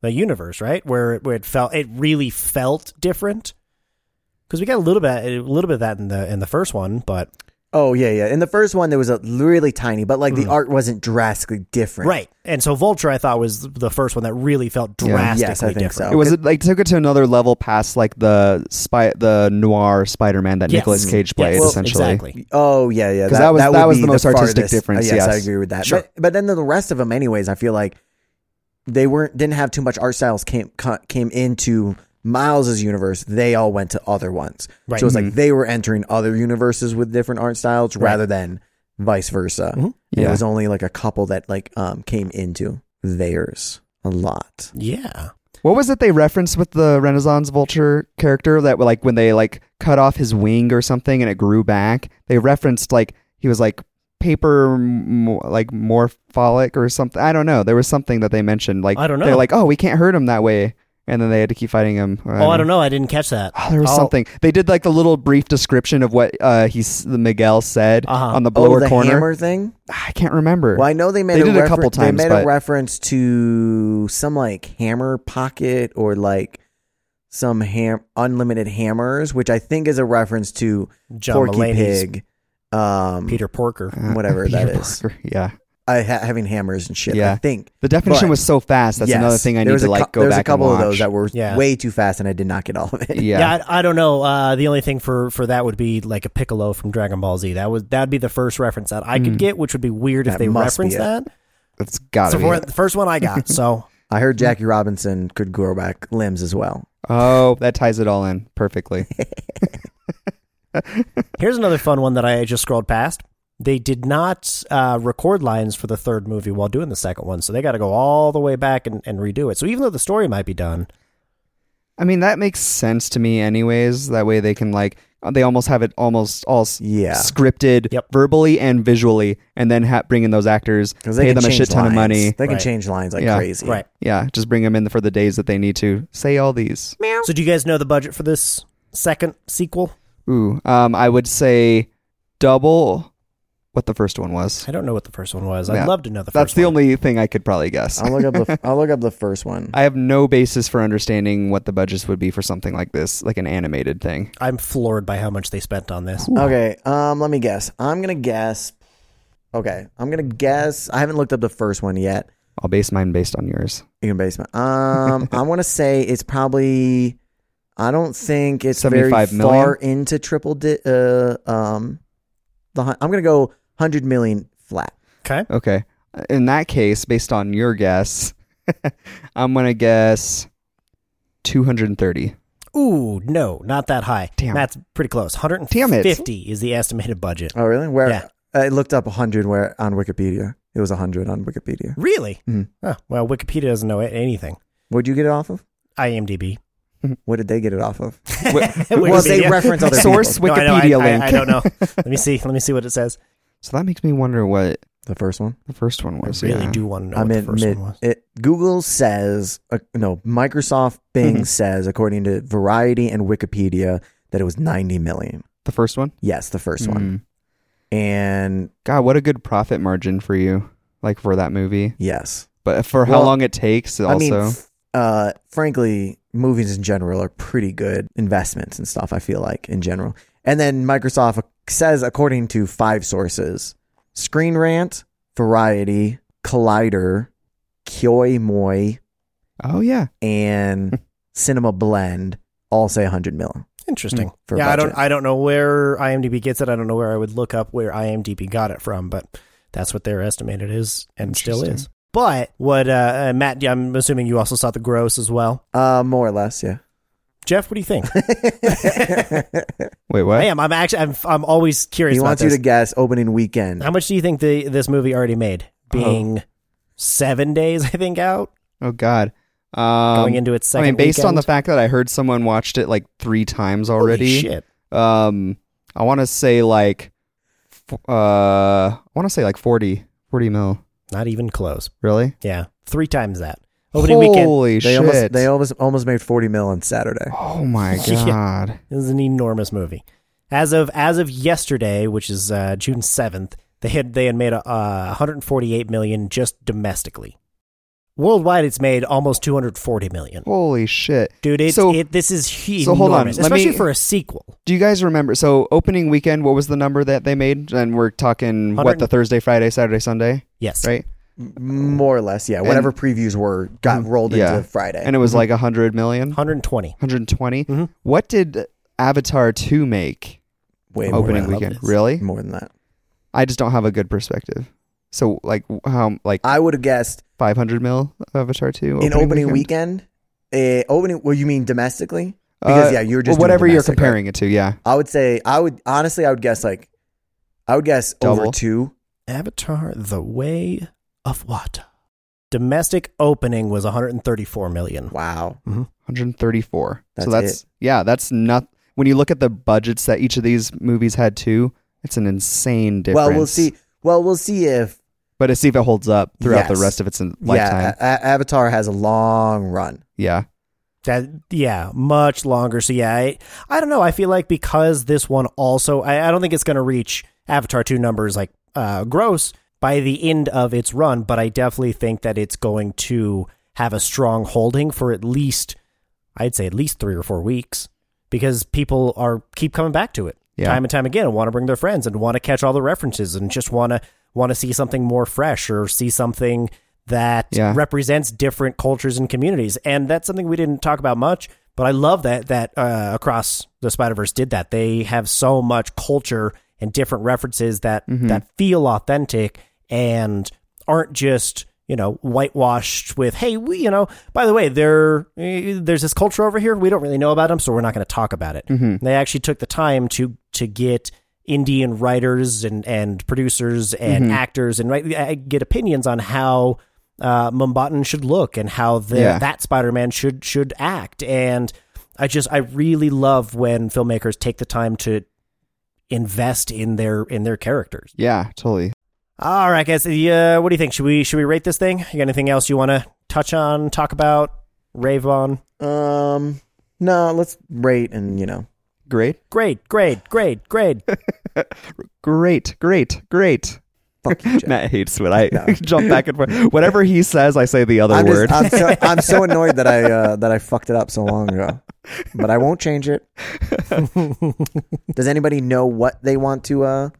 the universe, right? Where it, where it felt it really felt different. Because we got a little bit a little bit of that in the in the first one, but Oh yeah, yeah. In the first one, there was a really tiny, but Mm-hmm. like the art wasn't drastically different. right. And so Vulture, I thought was the first one that really felt Yeah. Yes, I drastically think different. so. it was it, like took it to another level past like the spy the noir Spider-Man that Yes. Nicolas Cage played Yes, well, essentially. exactly. Oh yeah, yeah. 'Cause that was- would that was be the most artistic farthest. Uh, difference, yes, I yes. agree with that. Sure. But, but then the rest of them, anyways, I feel like they weren't didn't have too much art styles came co- came into Miles's universe. They all went to other ones, Right. so it's Mm-hmm. like they were entering other universes with different art styles rather than vice versa. And Mm-hmm. Yeah. It was only like a couple that like um came into theirs a lot. Yeah. What was it they referenced with the Renaissance vulture character that like when they like cut off his wing or something and it grew back? They referenced like he was like paper mo- like morpholic or something. I don't know. There was something that they mentioned. Like I don't know. They're like, oh, we can't hurt him that way, and then they had to keep fighting him. Oh, I don't know. I didn't catch that. Oh, there was I'll- something. They did like the little brief description of what uh, he's the Miguel said Uh-huh. on the Oh, blower the corner. hammer thing. I can't remember. Well, I know they made They a did it a refer- couple times, They made a but- reference to some like hammer pocket or like some ham unlimited hammers, which I think is a reference to John Porky Mulaney's Pig. Um, Peter Porker. Uh, whatever that Peter is. Parker. Yeah. I, ha- having hammers and shit. I Yeah. think The definition But- was so fast. That's Yes. another thing I There need was to a like cou- go there was back a couple and watch. of those that were Yeah. way too fast, and I did not get all of it. yeah. Yeah, I, I don't know. Uh, the only thing for for that would be like a Piccolo from Dragon Ball Z. That was that'd be the first reference that I could get, which would be weird if That they must be referenced it. that. It's gotta So be. for it. the first one I got. So I heard Jackie Robinson could grow back limbs as well. Oh, that ties it all in perfectly. here's another fun one that I just scrolled past. They did not uh, record lines for the third movie while doing the second one, so they got to go all the way back and, and redo it. So even though the story might be done, I mean, that makes sense to me, anyways. That way they can like they almost have it almost all s- Yeah. scripted Yep. verbally and visually, and then ha- bring in those actors, 'Cause they pay can them a change shit ton lines. of money. They can Right. change lines like Yeah. crazy. right? Yeah, just bring them in for the days that they need to say all these. So do you guys know the budget for this second sequel? Ooh, um, I would say double what the first one was. I don't know what the first one was. Yeah. I'd love to know the first. That's the one. only thing I could probably guess. I'll look up the I'll look up the first one. I have no basis for understanding what the budgets would be for something like this, like an animated thing. I'm floored by how much they spent on this. Okay, um, let me guess. I'm gonna guess. Okay, I'm gonna guess. I haven't looked up the first one yet. I'll base mine based on yours. You can basement. Um, I want to say it's probably. I don't think it's very 75 million? far into triple. Di- uh, um, the hun- I'm gonna go hundred million flat. Okay. Okay. In that case, based on your guess, I'm going to guess 230. Ooh, no, not that high. Damn. That's pretty close. 150 Damn it. is the estimated budget. Oh really? Where? Yeah. I looked up hundred where on Wikipedia. It was hundred on Wikipedia. Really? Mhm. Oh, well, Wikipedia doesn't know anything. Where'd you get it off of? IMDb. What did they get it off of? Wikipedia. Well, they reference other Source No, I know, Wikipedia I, I- link. I don't know. Let me see. Let me see what it says. So that makes me wonder what The first one. the first one was. I really yeah. do want to know I'm what the in first mid. one was. It, Google says, uh, no, Microsoft Bing Mm-hmm. says, according to Variety and Wikipedia, that it was 90 million. The first one? Yes, the first one. Mm. And God, what a good profit margin for you, like for that movie. yes, But for how Well, long it takes, also. I mean, f- uh, frankly, movies in general are pretty good investments and stuff. I feel like in general. And then Microsoft says, according to five sources: Screen Rant, Variety, Collider, Kyoi Moi, oh, yeah. and Cinema Blend all say 100 mil. Interesting. mm, for yeah, I don't. budget. I don't know where IMDb gets it. I don't know where I would look up where IMDb got it from, but that's what their estimated is and still Interesting. is. But what uh, uh, Matt? I'm assuming you also saw the gross as well. Uh, more or less, yeah. Jeff, what do you think? Wait, what? I am. I'm actually. I'm. I'm always curious. he about wants you this. to guess opening weekend. How much do you think the this movie already made? Being seven days, I think, out Oh, God. Um, going into its second. I mean, based on weekend. the fact that I heard someone watched it like three times Holy already. shit. Um, I want to say like, f- uh, I want to say like 40, 40 mil. Not even close. Really? Yeah, three times that opening weekend Holy They shit! almost they almost almost made 40 mil on Saturday. oh my Yeah. god! This is an enormous movie. As of as of yesterday, which is uh, June seventh, they had they had made a, uh, 148 million just domestically. Worldwide, it's made almost 240 million. Holy shit! Dude, it's, So- it this is huge. so hold on, let especially me- for a sequel. Do you guys remember? So opening weekend, what was the number that they made? And we're talking what 100 the Thursday, Friday, Saturday, Sunday, Yes, right? More or less, yeah. Whatever previews were got rolled Mm-hmm. Mm, yeah. into Friday. Mm-hmm. And it was like a hundred million, 120. 120. Mm-hmm. What did Avatar two make way more opening than that. weekend? this. Really? More than that. I just don't have a good perspective. So like how like I would have guessed 500 mil Avatar 2 in opening weekend. eh, opening, well, you mean domestically? Because, yeah, you were just doing Uh, whatever you're domestic, right? comparing it to. Yeah, I would say I would honestly I would guess like I would guess over Double. two. Avatar: The Way of Water. Domestic opening was 134 million. Wow, 134. That's so that's yeah, that's not when you look at the budgets that each of these movies had too. It's an insane difference. Well, we'll see. well, we'll see if But to see if it holds up throughout the Yes. rest of its lifetime. Yeah, uh, A- A- Avatar has a long run. Yeah. That yeah, much longer. So yeah, I, I don't know. I feel like because this one also, I, I don't think it's going to reach Avatar two numbers like uh, gross by the end of its run, but I definitely think that it's going to have a strong holding for at least, I'd say at least three or four weeks, because people are keep coming back to it Yeah. time and time again and want to bring their friends and want to catch all the references and just want to want to see something more fresh or see something that Yeah. represents different cultures and communities. And that's something we didn't talk about much, but I love that that uh, across the Spider Verse did that. They have so much culture and different references that that feel authentic and aren't just you know whitewashed with hey we you know by the way there eh, there's this culture over here we don't really know about them so we're not going to talk about it they actually took the time to to get indian writers and and producers and actors and right eh, get opinions on how uh, Mumbatan should look and how the, Yeah. that Spider-Man should should act. And I just I really love when filmmakers take the time to invest in their in their characters. Yeah, totally. All right, guys. Uh, what do you think? Should we should we rate this thing? You got anything else you want to touch on, talk about, rave on? Um, no, let's rate and you know, Great. Great, great, great, great. Great. Great. Great. fuck you, Jeff. Matt hates when I jump back and forth. Whatever he says, I say the other I'm, word. just, I'm so I'm so annoyed that I uh, that I fucked it up so long ago, but I won't change it. Does anybody know what they want to uh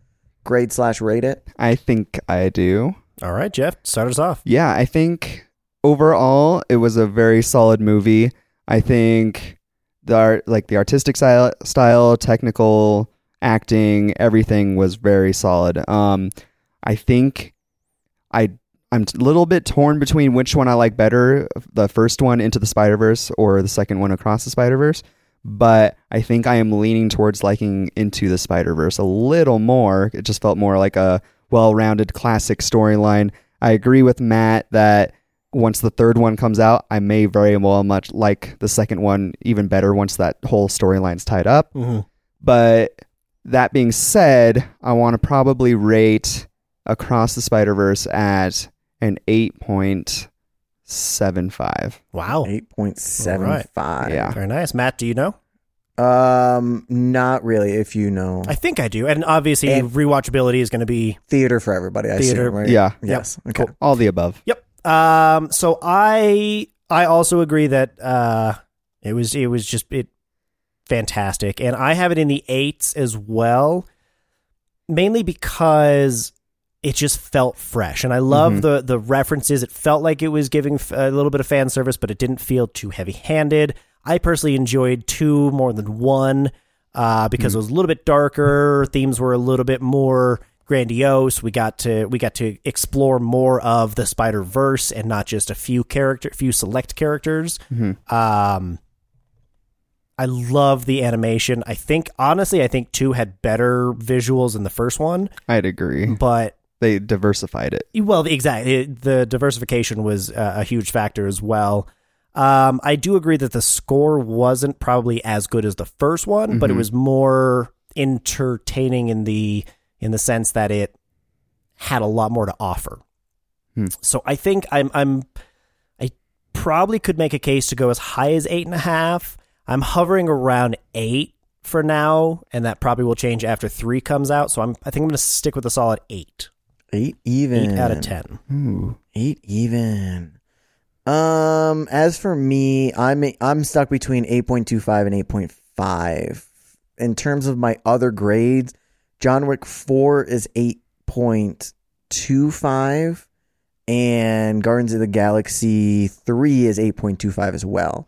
grade slash rate it? I think I do. All right, Jeff, start us off. Yeah, I think overall it was a very solid movie. I think the art, like the artistic style, style, technical acting, everything was very solid. Um, I think I I'm a little bit torn between which one I like better, the first one into the Spider Verse or the second one across the Spider Verse. But I think I am leaning towards liking into the Spider Verse a little more. It just felt more like a well-rounded classic storyline. I agree with Matt that once the third one comes out, I may very well much like the second one even better once that whole storyline's tied up. Mhm. But that being said, I want to probably rate Across the Spider Verse at an 8.75. Wow, Eight point seven five. Yeah. very nice, Matt. Do you know? Um, not really. If you know I think I do. And obviously, And- rewatchability is going to be theater for everybody, I Theater. assume, right? Yeah. Yes. Okay. Cool. All the above. Yep. Um, so I I also agree that uh, it was it was just it fantastic, and I have it in the eights as well, mainly because it just felt fresh, and I love the the references. It felt like it was giving f- a little bit of fan service, but it didn't feel too heavy handed. I personally enjoyed two more than one uh, because it was a little bit darker. Themes were a little bit more grandiose. We got to we got to explore more of the Spider Verse and not just a few character, few select characters. Um, I love the animation. I think honestly, I think two had better visuals than the first one, I'd agree. but They diversified it. well, exactly. It- The diversification was uh, a huge factor as well. Um, I do agree that the score wasn't probably as good as the first one, but it was more entertaining in the in the sense that it had a lot more to offer. Hmm. So I think I'm I'm I probably could make a case to go as high as eight and a half. I'm hovering around eight for now, and that probably will change after three comes out. So I'm I think I'm going to stick with a solid eight, Eight even. eight out of ten. Ooh. Eight even. Um, as for me, I'm I'm stuck between eight point two five and eight point five. In terms of my other grades, John Wick four is eight point two five, and Guardians of the Galaxy three is eight point two five as well.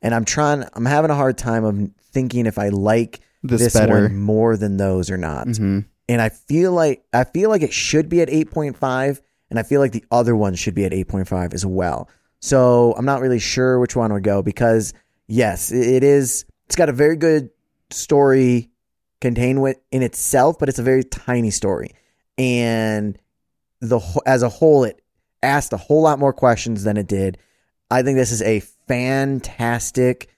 And I'm trying. I'm having a hard time of thinking if I like This this, better. one more than those or not hmm and I feel like I feel like it should be at 8.5 and I feel like the other one should be at 8.5 as well. So I'm not really sure which one would go because yes, it it is it's got a very good story contained with in itself, but it's a very tiny story. And the wh- as a whole it asked a whole lot more questions than it did. I think this is a fantastic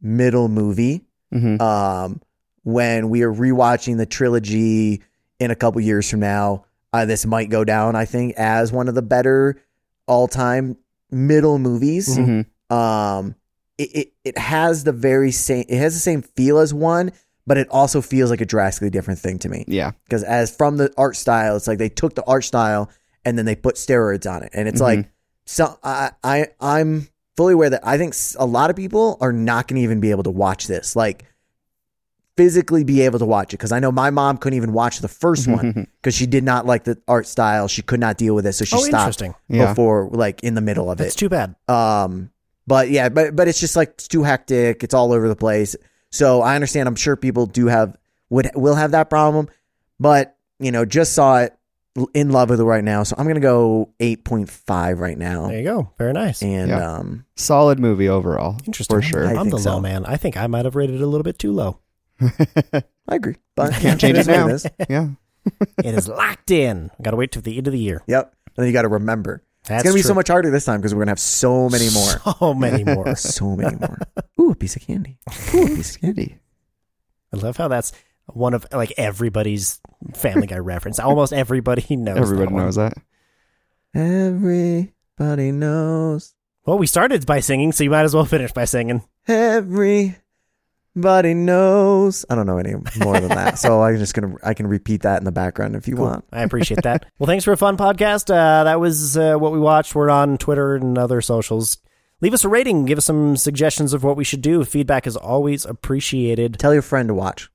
middle movie hmm um, when we are rewatching the trilogy in a couple years from now, Uh, this might go down, I think, as one of the better all time middle movies. Mhm. Um, it, it it has the very same. It has the same feel as one, but it also feels like a drastically different thing to me. Yeah. Because as from the art style, it's like they took the art style and then they put steroids on it, and it's like so. I I I'm fully aware that I think s- a lot of people are not going to even be able to watch this. Like physically be able to watch it because I know my mom couldn't even watch the first Mm-hmm. one because she did not like the art style. She could not deal with it, so she Oh, stopped interesting. Yeah. before like in the middle of That's it. too bad. um, but yeah, but but it's just like it's too hectic. It's all over the place. So I understand. I'm sure people do have would will have that problem, but you know, just saw it l- in love with it right now. So I'm gonna go 8.5 right now, There you go. Very nice. and Yeah. um, Solid movie overall. Interesting. For sure. I I'm think the so. low man. I think I might have rated it a little bit too low. I agree. But Can't change is it what now. is. yeah. it is locked in. Got to wait till the end of the year. Yep. And then you got to remember. That's it's gonna be true. so much harder this time because we're gonna have so many more. So many more. so many more. Ooh, a piece of candy. Ooh, a piece of candy. I love how that's one of like everybody's Family Guy reference. Almost everybody knows. Everybody that one. knows that. Everybody knows. Well, we started by singing, so you might as well finish by singing. Everybody knows. I don't know any more than that, so I'm just gonna I can repeat that in the background if you want. I appreciate that. well, thanks for a fun podcast. Uh, that was uh, what we watched. We're on Twitter and other socials. Leave us a rating. Give us some suggestions of what we should do. Feedback is always appreciated. Tell your friend to watch.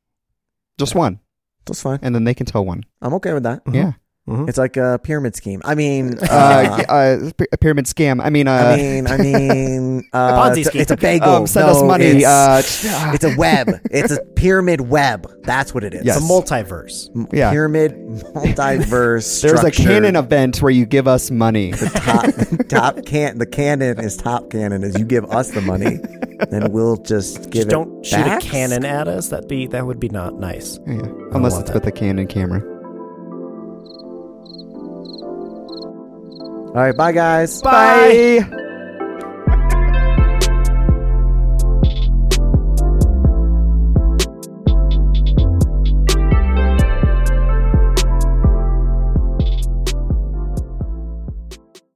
Just one. That's fine. And then they can tell one. I'm okay with that. Yeah. It's like a pyramid scheme. I mean, Uh, uh, uh, p- a pyramid scam. I mean, uh, I mean, I mean, uh, Ponzi it's, a, scheme. it's a bagel. um, send No, us money. It's, Uh, t- ah, it's a web. It's a pyramid web. That's what it is. Yes. The multiverse. M- Yeah. pyramid multiverse. there's a structure. canon event where you give us money. top, top can the cannon is top cannon is you give us the money, then we'll just give Just it. don't shoot back. a cannon at us. That'd be that would be not nice. Yeah. Unless want it's that. with a canon camera. All right, bye guys. Bye. Bye.